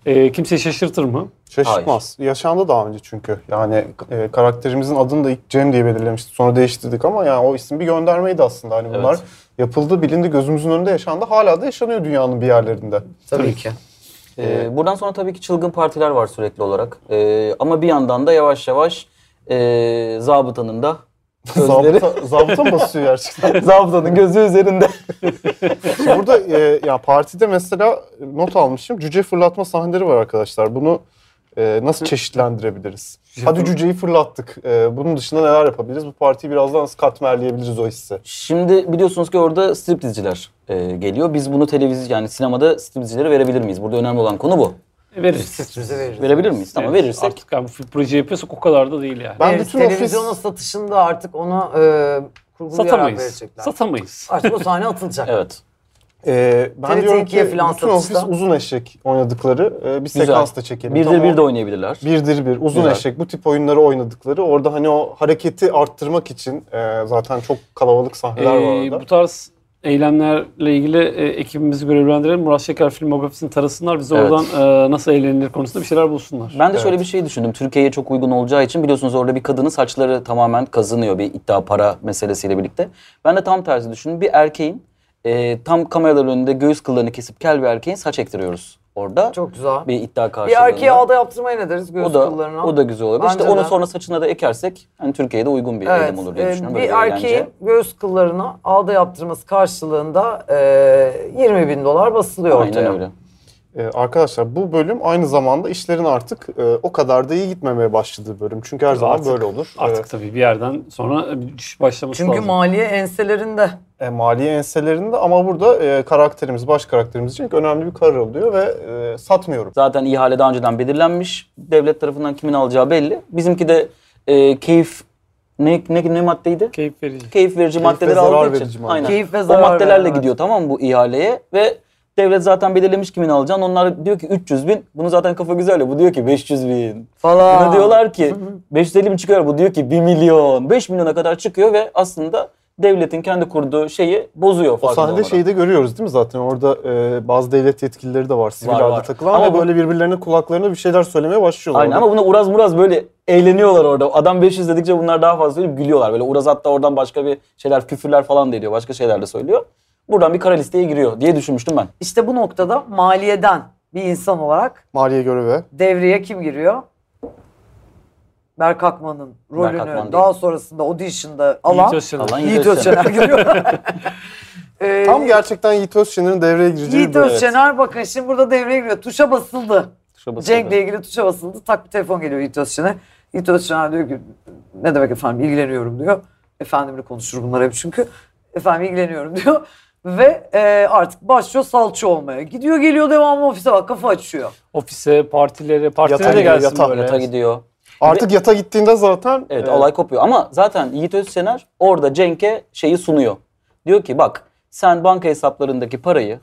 [SPEAKER 3] e, kimseyi şaşırtır mı?
[SPEAKER 2] Şaşırtmaz. Yaşandı daha önce çünkü. Yani e, karakterimizin adını da ilk Cem diye belirlemiştik. Sonra değiştirdik ama yani o isim bir göndermeydi aslında. Hani bunlar
[SPEAKER 5] Evet.
[SPEAKER 2] yapıldı, bilindi, gözümüzün önünde yaşandı. Hala da yaşanıyor dünyanın bir yerlerinde.
[SPEAKER 4] Tabii ki.
[SPEAKER 5] Ee, buradan sonra tabii ki çılgın partiler var sürekli olarak. Ee, ama bir yandan da yavaş yavaş e, zabıtanın da Gözleri.
[SPEAKER 2] Zabıta, zabıta mı basıyor gerçekten?
[SPEAKER 5] Zabıtanın gözü üzerinde.
[SPEAKER 2] Şimdi burada e, ya partide mesela not almışım. Cüce fırlatma sahneleri var arkadaşlar. Bunu e, nasıl çeşitlendirebiliriz? Hadi cüceyi fırlattık. E, bunun dışında neler yapabiliriz? Bu partiyi biraz daha nasıl katmerleyebiliriz o hissi?
[SPEAKER 5] Şimdi biliyorsunuz ki orada striptizciler e, geliyor. Biz bunu televizyon yani sinemada striptizcilere verebilir miyiz? Burada önemli olan konu bu.
[SPEAKER 3] Veririz.
[SPEAKER 4] Bize veririz.
[SPEAKER 5] Verebilir miyiz? Tamam
[SPEAKER 3] Evet,
[SPEAKER 5] verirsek.
[SPEAKER 3] Artık yani bu proje yapıyorsak o kadar da değil yani.
[SPEAKER 2] Ben
[SPEAKER 4] Veririz.
[SPEAKER 2] bütün
[SPEAKER 4] Televizyonun
[SPEAKER 2] ofis-
[SPEAKER 4] satışında artık ona e, kurgulayarak
[SPEAKER 3] Satamayız.
[SPEAKER 4] verecekler.
[SPEAKER 3] Satamayız.
[SPEAKER 4] artık o sahne atılacak.
[SPEAKER 5] Evet.
[SPEAKER 2] E, ben
[SPEAKER 4] TRT
[SPEAKER 2] diyorum
[SPEAKER 4] ikiye
[SPEAKER 2] ki
[SPEAKER 4] filan
[SPEAKER 2] bütün ofis
[SPEAKER 4] satışta.
[SPEAKER 2] uzun eşek oynadıkları e, bir
[SPEAKER 5] Güzel.
[SPEAKER 2] sekans da çekelim.
[SPEAKER 5] Birdir
[SPEAKER 2] Tam o-
[SPEAKER 5] bir de oynayabilirler.
[SPEAKER 2] Birdir bir. Uzun
[SPEAKER 5] Güzel.
[SPEAKER 2] eşek bu tip oyunları oynadıkları. Orada hani o hareketi arttırmak için e, zaten çok kalabalık sahneler var
[SPEAKER 3] Ee,
[SPEAKER 2] orada.
[SPEAKER 3] bu tarz eylemlerle ilgili e, ekibimizi görevlendirelim. Murat Şeker filmografisini tarasınlar. Bize
[SPEAKER 5] Evet.
[SPEAKER 3] oradan e, nasıl eğlenilir konusunda bir şeyler bulsunlar.
[SPEAKER 5] Ben de şöyle bir şey düşündüm. Türkiye'ye çok uygun olacağı için biliyorsunuz orada bir kadının saçları tamamen kazınıyor bir iddia para meselesiyle birlikte. Ben de tam tersi düşündüm. Bir erkeğin e, tam kameraların önünde göğüs kıllarını kesip kel bir erkeğin saç ektiriyoruz orada.
[SPEAKER 4] Çok güzel. Bir,
[SPEAKER 5] bir iddia karşılığında.
[SPEAKER 4] erkeğe ağda yaptırmaya ne deriz göğüs
[SPEAKER 5] o da,
[SPEAKER 4] kıllarına?
[SPEAKER 5] o da güzel olabilir. İşte
[SPEAKER 4] Bence
[SPEAKER 5] onu
[SPEAKER 4] de.
[SPEAKER 5] sonra saçına da ekersek hani Türkiye'de uygun bir
[SPEAKER 4] Evet,
[SPEAKER 5] eylem olur diye
[SPEAKER 4] e,
[SPEAKER 5] düşünüyorum.
[SPEAKER 4] bir
[SPEAKER 5] Böyle
[SPEAKER 4] erkeğin
[SPEAKER 5] eğlence.
[SPEAKER 4] göğüs kıllarına ağda yaptırması karşılığında e, 20 bin dolar basılıyor ortaya.
[SPEAKER 5] Aynen öyle.
[SPEAKER 2] Ee, arkadaşlar bu bölüm aynı zamanda işlerin artık e, o kadar da iyi gitmemeye başladığı bölüm. Çünkü her zaman
[SPEAKER 3] Artık-
[SPEAKER 2] böyle olur.
[SPEAKER 3] Artık tabii bir yerden sonra bir düşüş başlaması
[SPEAKER 4] Çünkü
[SPEAKER 3] lazım.
[SPEAKER 4] maliye enselerinde.
[SPEAKER 2] Ee, e, maliye enselerinde ama burada e, karakterimiz, baş karakterimiz için önemli bir karar alıyor ve e, satmıyorum.
[SPEAKER 5] Zaten ihale daha önceden belirlenmiş. Devlet tarafından kimin alacağı belli. Bizimki de e, keyif ne, ne, ne maddeydi?
[SPEAKER 3] Keyif verici.
[SPEAKER 5] keyif verici
[SPEAKER 2] Keyif ve
[SPEAKER 5] maddeleri
[SPEAKER 2] zarar
[SPEAKER 5] aldığı
[SPEAKER 2] verici
[SPEAKER 5] için.
[SPEAKER 2] madde.
[SPEAKER 5] Aynen.
[SPEAKER 4] Keyif ve
[SPEAKER 5] o
[SPEAKER 4] zarar
[SPEAKER 5] maddelerle
[SPEAKER 4] veren, evet.
[SPEAKER 5] gidiyor tamam mı bu ihaleye ve devlet zaten belirlemiş kimin alacağını. Onlar diyor ki 300 bin. Bunu zaten kafa güzel ya. Bu diyor ki 500 bin.
[SPEAKER 4] Falan.
[SPEAKER 5] Buna diyorlar ki 550 bin çıkıyor. Bu diyor ki 1 milyon. 5 milyona kadar çıkıyor ve aslında devletin kendi kurduğu şeyi bozuyor
[SPEAKER 2] O
[SPEAKER 5] farkında
[SPEAKER 2] sahnede
[SPEAKER 5] olmadan.
[SPEAKER 2] şeyi de görüyoruz değil mi zaten? Orada e, bazı devlet yetkilileri de var sivil
[SPEAKER 5] Var,
[SPEAKER 2] halde
[SPEAKER 5] var.
[SPEAKER 2] takılan ama,
[SPEAKER 5] Ama bu-
[SPEAKER 2] böyle birbirlerine kulaklarına bir şeyler söylemeye başlıyorlar.
[SPEAKER 5] Aynen
[SPEAKER 2] orada.
[SPEAKER 5] ama buna Uraz Muraz böyle eğleniyorlar orada. Adam 500 dedikçe bunlar daha fazla gülüp gülüyorlar. Böyle Uraz hatta oradan başka bir şeyler küfürler falan da ediyor. Başka şeyler de söylüyor. Buradan bir kara listeye giriyor diye düşünmüştüm ben.
[SPEAKER 4] İşte bu noktada maliyeden bir insan olarak
[SPEAKER 2] Maliye göreve.
[SPEAKER 4] devreye kim giriyor? Berk Akman'ın rolünü
[SPEAKER 5] Akman değil.
[SPEAKER 4] daha sonrasında audition'da
[SPEAKER 3] Yiğit
[SPEAKER 4] alan
[SPEAKER 3] Özçelik.
[SPEAKER 5] Alan
[SPEAKER 4] Yiğit Özçener giriyor. Ee,
[SPEAKER 2] Tam gerçekten Yiğit Özçener'in devreye gireceği
[SPEAKER 4] Yiğit
[SPEAKER 2] bir bölüm.
[SPEAKER 4] Özçener bakın şimdi burada devreye giriyor. Tuşa basıldı.
[SPEAKER 5] Şurası
[SPEAKER 4] Cenk'le ilgili tuşa basıldı. Tak bir telefon geliyor Yiğit Özçen'e. Yiğit Özçen diyor ki ne demek efendim ilgileniyorum diyor. Efendimle konuşur bunlar hep çünkü. Efendim ilgileniyorum diyor. Ve e, artık başlıyor salça olmaya. Gidiyor geliyor devamlı ofise bak kafa açıyor.
[SPEAKER 3] Ofise, partilere, partilere
[SPEAKER 2] Yatağa
[SPEAKER 3] de
[SPEAKER 2] gidiyor,
[SPEAKER 3] gelsin
[SPEAKER 2] yatağa,
[SPEAKER 3] böyle.
[SPEAKER 5] Yata gidiyor.
[SPEAKER 2] Artık yata gittiğinde zaten
[SPEAKER 5] Evet,
[SPEAKER 2] e,
[SPEAKER 5] alay kopuyor. Ama zaten Yiğit Özsener orada Cenk'e şeyi sunuyor. Diyor ki bak sen banka hesaplarındaki parayı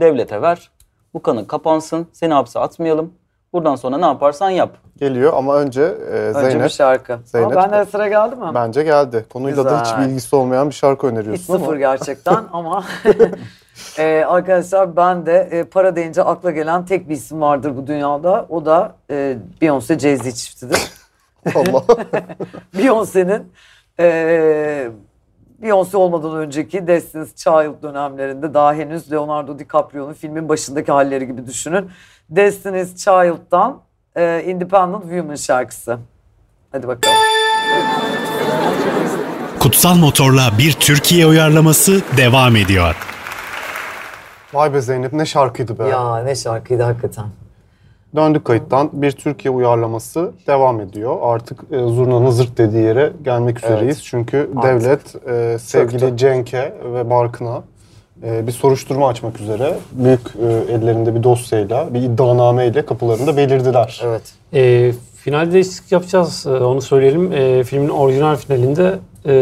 [SPEAKER 5] devlete ver. Bu kanın kapansın. Seni hapse atmayalım. Buradan sonra ne yaparsan yap.
[SPEAKER 2] geliyor ama önce e,
[SPEAKER 4] Önce
[SPEAKER 2] Zeynep
[SPEAKER 5] şey-
[SPEAKER 4] bir şarkı.
[SPEAKER 2] Zeynep.
[SPEAKER 4] Ama ben de sıra geldi mi?
[SPEAKER 2] Bence geldi. Konuyla da
[SPEAKER 4] Güzel.
[SPEAKER 2] hiçbir ilgisi olmayan bir şarkı
[SPEAKER 4] Hiç
[SPEAKER 2] öneriyorsun
[SPEAKER 4] sıfır
[SPEAKER 2] ama.
[SPEAKER 4] gerçekten ama e, arkadaşlar ben de e, para deyince akla gelen tek bir isim vardır bu dünyada. O da e, Beyoncé Jay-Z çiftidir.
[SPEAKER 2] Allah.
[SPEAKER 4] Beyoncé'nin eee Beyoncé olmadan önceki Destiny's Child dönemlerinde daha henüz Leonardo DiCaprio'nun filmin başındaki halleri gibi düşünün. Destiny's Child'dan eee, Independent Woman şarkısı. Hadi bakalım.
[SPEAKER 1] Kutsal Motor'la bir Türkiye uyarlaması devam ediyor.
[SPEAKER 2] Vay be Zeynep ne şarkıydı be.
[SPEAKER 4] Ya ne şarkıydı hakikaten.
[SPEAKER 2] Döndük kayıttan. Bir Türkiye uyarlaması devam ediyor. Artık e, zurnanın zırt dediği yere gelmek üzereyiz. Çünkü devlet e, sevgili Cenk'e ve Barkın'a e, bir soruşturma açmak üzere büyük e, ellerinde bir dosyayla, bir iddianameyle kapılarında belirdiler.
[SPEAKER 4] Evet.
[SPEAKER 3] E, final değişiklik yapacağız. e, onu söyleyelim. E, filmin orijinal finalinde e,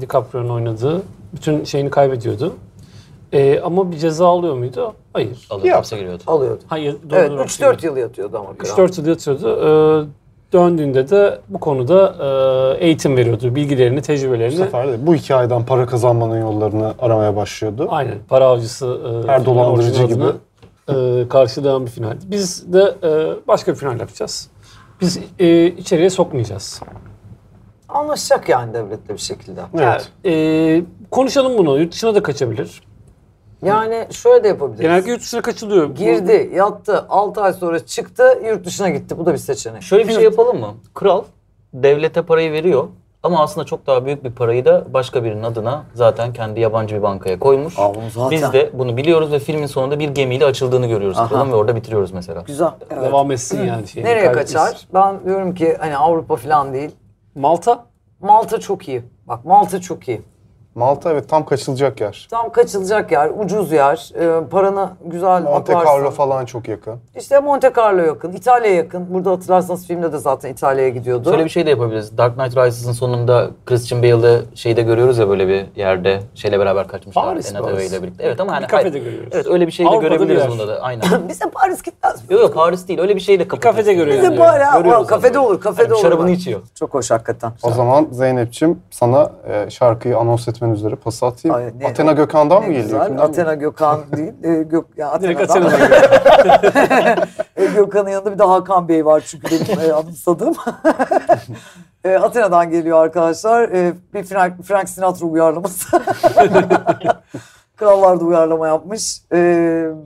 [SPEAKER 3] DiCaprio'nun oynadığı bütün şeyini kaybediyordu. E, ama bir ceza alıyor muydu? Hayır.
[SPEAKER 2] Yok.
[SPEAKER 5] hapse giriyordu.
[SPEAKER 4] Alıyordu.
[SPEAKER 3] Hayır. doğru
[SPEAKER 4] Evet
[SPEAKER 3] olarak
[SPEAKER 4] 3-4 yıl yatıyordu ama. kral.
[SPEAKER 3] 3-4 yıl yatıyordu. Ee, döndüğünde de bu konuda e, eğitim veriyordu. Bilgilerini,
[SPEAKER 2] Bu
[SPEAKER 3] tecrübelerini.
[SPEAKER 2] sefer de bu hikayeden para kazanmanın yollarını aramaya başlıyordu.
[SPEAKER 3] Aynen. Para avcısı. e,
[SPEAKER 2] Her
[SPEAKER 3] filmin
[SPEAKER 2] dolandırıcı
[SPEAKER 3] orijinal adını, e, karşılayan bir finaldi. Biz de e, başka bir final yapacağız. Biz e, içeriye sokmayacağız.
[SPEAKER 4] Anlaşacak yani devletle bir şekilde.
[SPEAKER 2] Evet.
[SPEAKER 3] E, konuşalım bunu. Yurt dışına da kaçabilir.
[SPEAKER 4] Yani şöyle de yapabiliriz.
[SPEAKER 3] Genelde yurt dışına kaçılıyor. Bu-
[SPEAKER 4] Girdi, yattı, 6 ay sonra çıktı, yurt dışına gitti. Bu da bir seçenek.
[SPEAKER 5] Şöyle bir şey yapalım mı? Kral devlete parayı veriyor Ama aslında çok daha büyük bir parayı da başka birinin adına zaten kendi yabancı bir bankaya koymuş.
[SPEAKER 4] Aa, bunu zaten-
[SPEAKER 5] Biz de bunu biliyoruz ve filmin sonunda bir gemiyle açıldığını görüyoruz
[SPEAKER 4] Aha.
[SPEAKER 5] kralın ve orada bitiriyoruz mesela.
[SPEAKER 4] Güzel. evet.
[SPEAKER 3] Devam etsin yani. şey, Şeyini
[SPEAKER 4] Nereye
[SPEAKER 3] kaybetmesin.
[SPEAKER 4] kaçar? Ben diyorum ki hani Avrupa falan değil.
[SPEAKER 3] Malta.
[SPEAKER 4] Malta çok iyi. Bak Malta çok iyi.
[SPEAKER 2] Malta evet tam kaçılacak yer.
[SPEAKER 4] Tam kaçılacak yer, ucuz yer, e, paranı güzel
[SPEAKER 2] Monte
[SPEAKER 4] atarsın.
[SPEAKER 2] Carlo falan çok yakın.
[SPEAKER 4] İşte Monte Carlo yakın, İtalya yakın. Burada hatırlarsanız filmde de zaten İtalya'ya gidiyordu.
[SPEAKER 5] Şöyle bir şey de yapabiliriz. Dark Knight Rises'ın sonunda Christian Bale'ı şeyde görüyoruz ya böyle bir yerde şeyle beraber kaçmışlar.
[SPEAKER 3] Paris,
[SPEAKER 5] Anna
[SPEAKER 3] Paris.
[SPEAKER 5] Hathaway ile birlikte. Evet ama hani
[SPEAKER 3] Bir kafede
[SPEAKER 5] hayır.
[SPEAKER 3] görüyoruz.
[SPEAKER 5] Evet öyle bir şey de
[SPEAKER 3] Avrupa'da bir
[SPEAKER 5] görebiliriz
[SPEAKER 3] yer.
[SPEAKER 5] bunda da. Aynen.
[SPEAKER 4] Bize Paris gitmez mi?
[SPEAKER 5] yok yok Paris değil. Öyle bir şey de kapatırız.
[SPEAKER 3] kafede görüyoruz.
[SPEAKER 4] Bize
[SPEAKER 3] Yani
[SPEAKER 4] bari-
[SPEAKER 3] görüyoruz
[SPEAKER 4] Aa, kafede olur, kafede
[SPEAKER 5] Hani bir
[SPEAKER 4] olur.
[SPEAKER 5] şarabını
[SPEAKER 4] bak.
[SPEAKER 5] içiyor.
[SPEAKER 4] Çok hoş hakikaten.
[SPEAKER 2] O zaman Zeynep'ciğim sana e, şarkıyı anons etmen üzere pas atayım.
[SPEAKER 4] Ay, ne-
[SPEAKER 2] Athena Gökhan'dan
[SPEAKER 4] Ne
[SPEAKER 2] mı geliyor?
[SPEAKER 4] güzel.
[SPEAKER 2] Kimden
[SPEAKER 4] Athena Gökhan değil. E, Gök, ya
[SPEAKER 3] Direkt
[SPEAKER 4] Athena'dan.
[SPEAKER 3] Atina'dan
[SPEAKER 4] E, Gökhan'ın yanında bir de Hakan Bey var çünkü benim e, anımsadığım. e, Atina'dan geliyor arkadaşlar. E, bir Frank, Frank Sinatra uyarlaması. Krallar da uyarlama yapmış. E,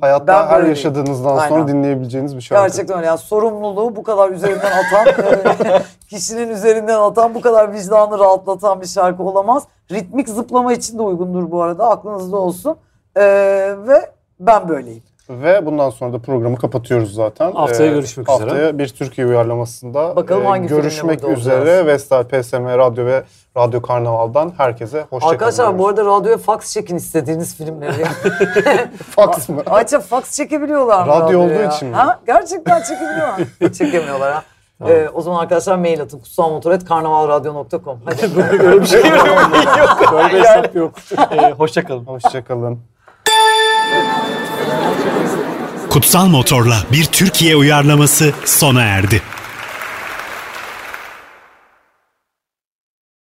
[SPEAKER 2] Hayatta
[SPEAKER 4] ben
[SPEAKER 2] her
[SPEAKER 4] böyleyim.
[SPEAKER 2] yaşadığınızdan
[SPEAKER 4] Aynen.
[SPEAKER 2] sonra dinleyebileceğiniz bir şarkı.
[SPEAKER 4] Gerçekten öyle. Yani sorumluluğu bu kadar üzerinden atan, e, kişinin üzerinden atan, bu kadar vicdanı rahatlatan bir şarkı olamaz. Ritmik zıplama için de uygundur bu arada. Aklınızda olsun. E, ve ben böyleyim.
[SPEAKER 2] Ve bundan sonra da programı kapatıyoruz zaten. Ee,
[SPEAKER 3] Haftaya görüşmek üzere.
[SPEAKER 2] Haftaya bir Türkiye uyarlamasında e,
[SPEAKER 4] Bakalım hangi filmle
[SPEAKER 2] görüşmek
[SPEAKER 4] burada
[SPEAKER 2] üzere.
[SPEAKER 4] olacağız?
[SPEAKER 2] Vestel PSM Radyo ve Radyo Karnaval'dan herkese hoşçakalın.
[SPEAKER 4] Arkadaşlar bu arada radyoya fax çekin istediğiniz filmleri.
[SPEAKER 2] Fax mı?
[SPEAKER 4] Ayrıca fax çekebiliyorlar mı?
[SPEAKER 2] Radyo
[SPEAKER 4] radyoya
[SPEAKER 2] olduğu
[SPEAKER 4] ya?
[SPEAKER 2] için mi?
[SPEAKER 4] Ha? Gerçekten çekebiliyorlar. Çekemiyorlar ha. Ee, o zaman arkadaşlar mail atın kutsalmotor.karnavalradyo.com Hadi.
[SPEAKER 3] Böyle bir şey yok. Böyle bir hesap yok. Ee,
[SPEAKER 5] Hoşçakalın.
[SPEAKER 2] Hoşçakalın.
[SPEAKER 1] Kutsal Motor'la bir Türkiye uyarlaması sona erdi.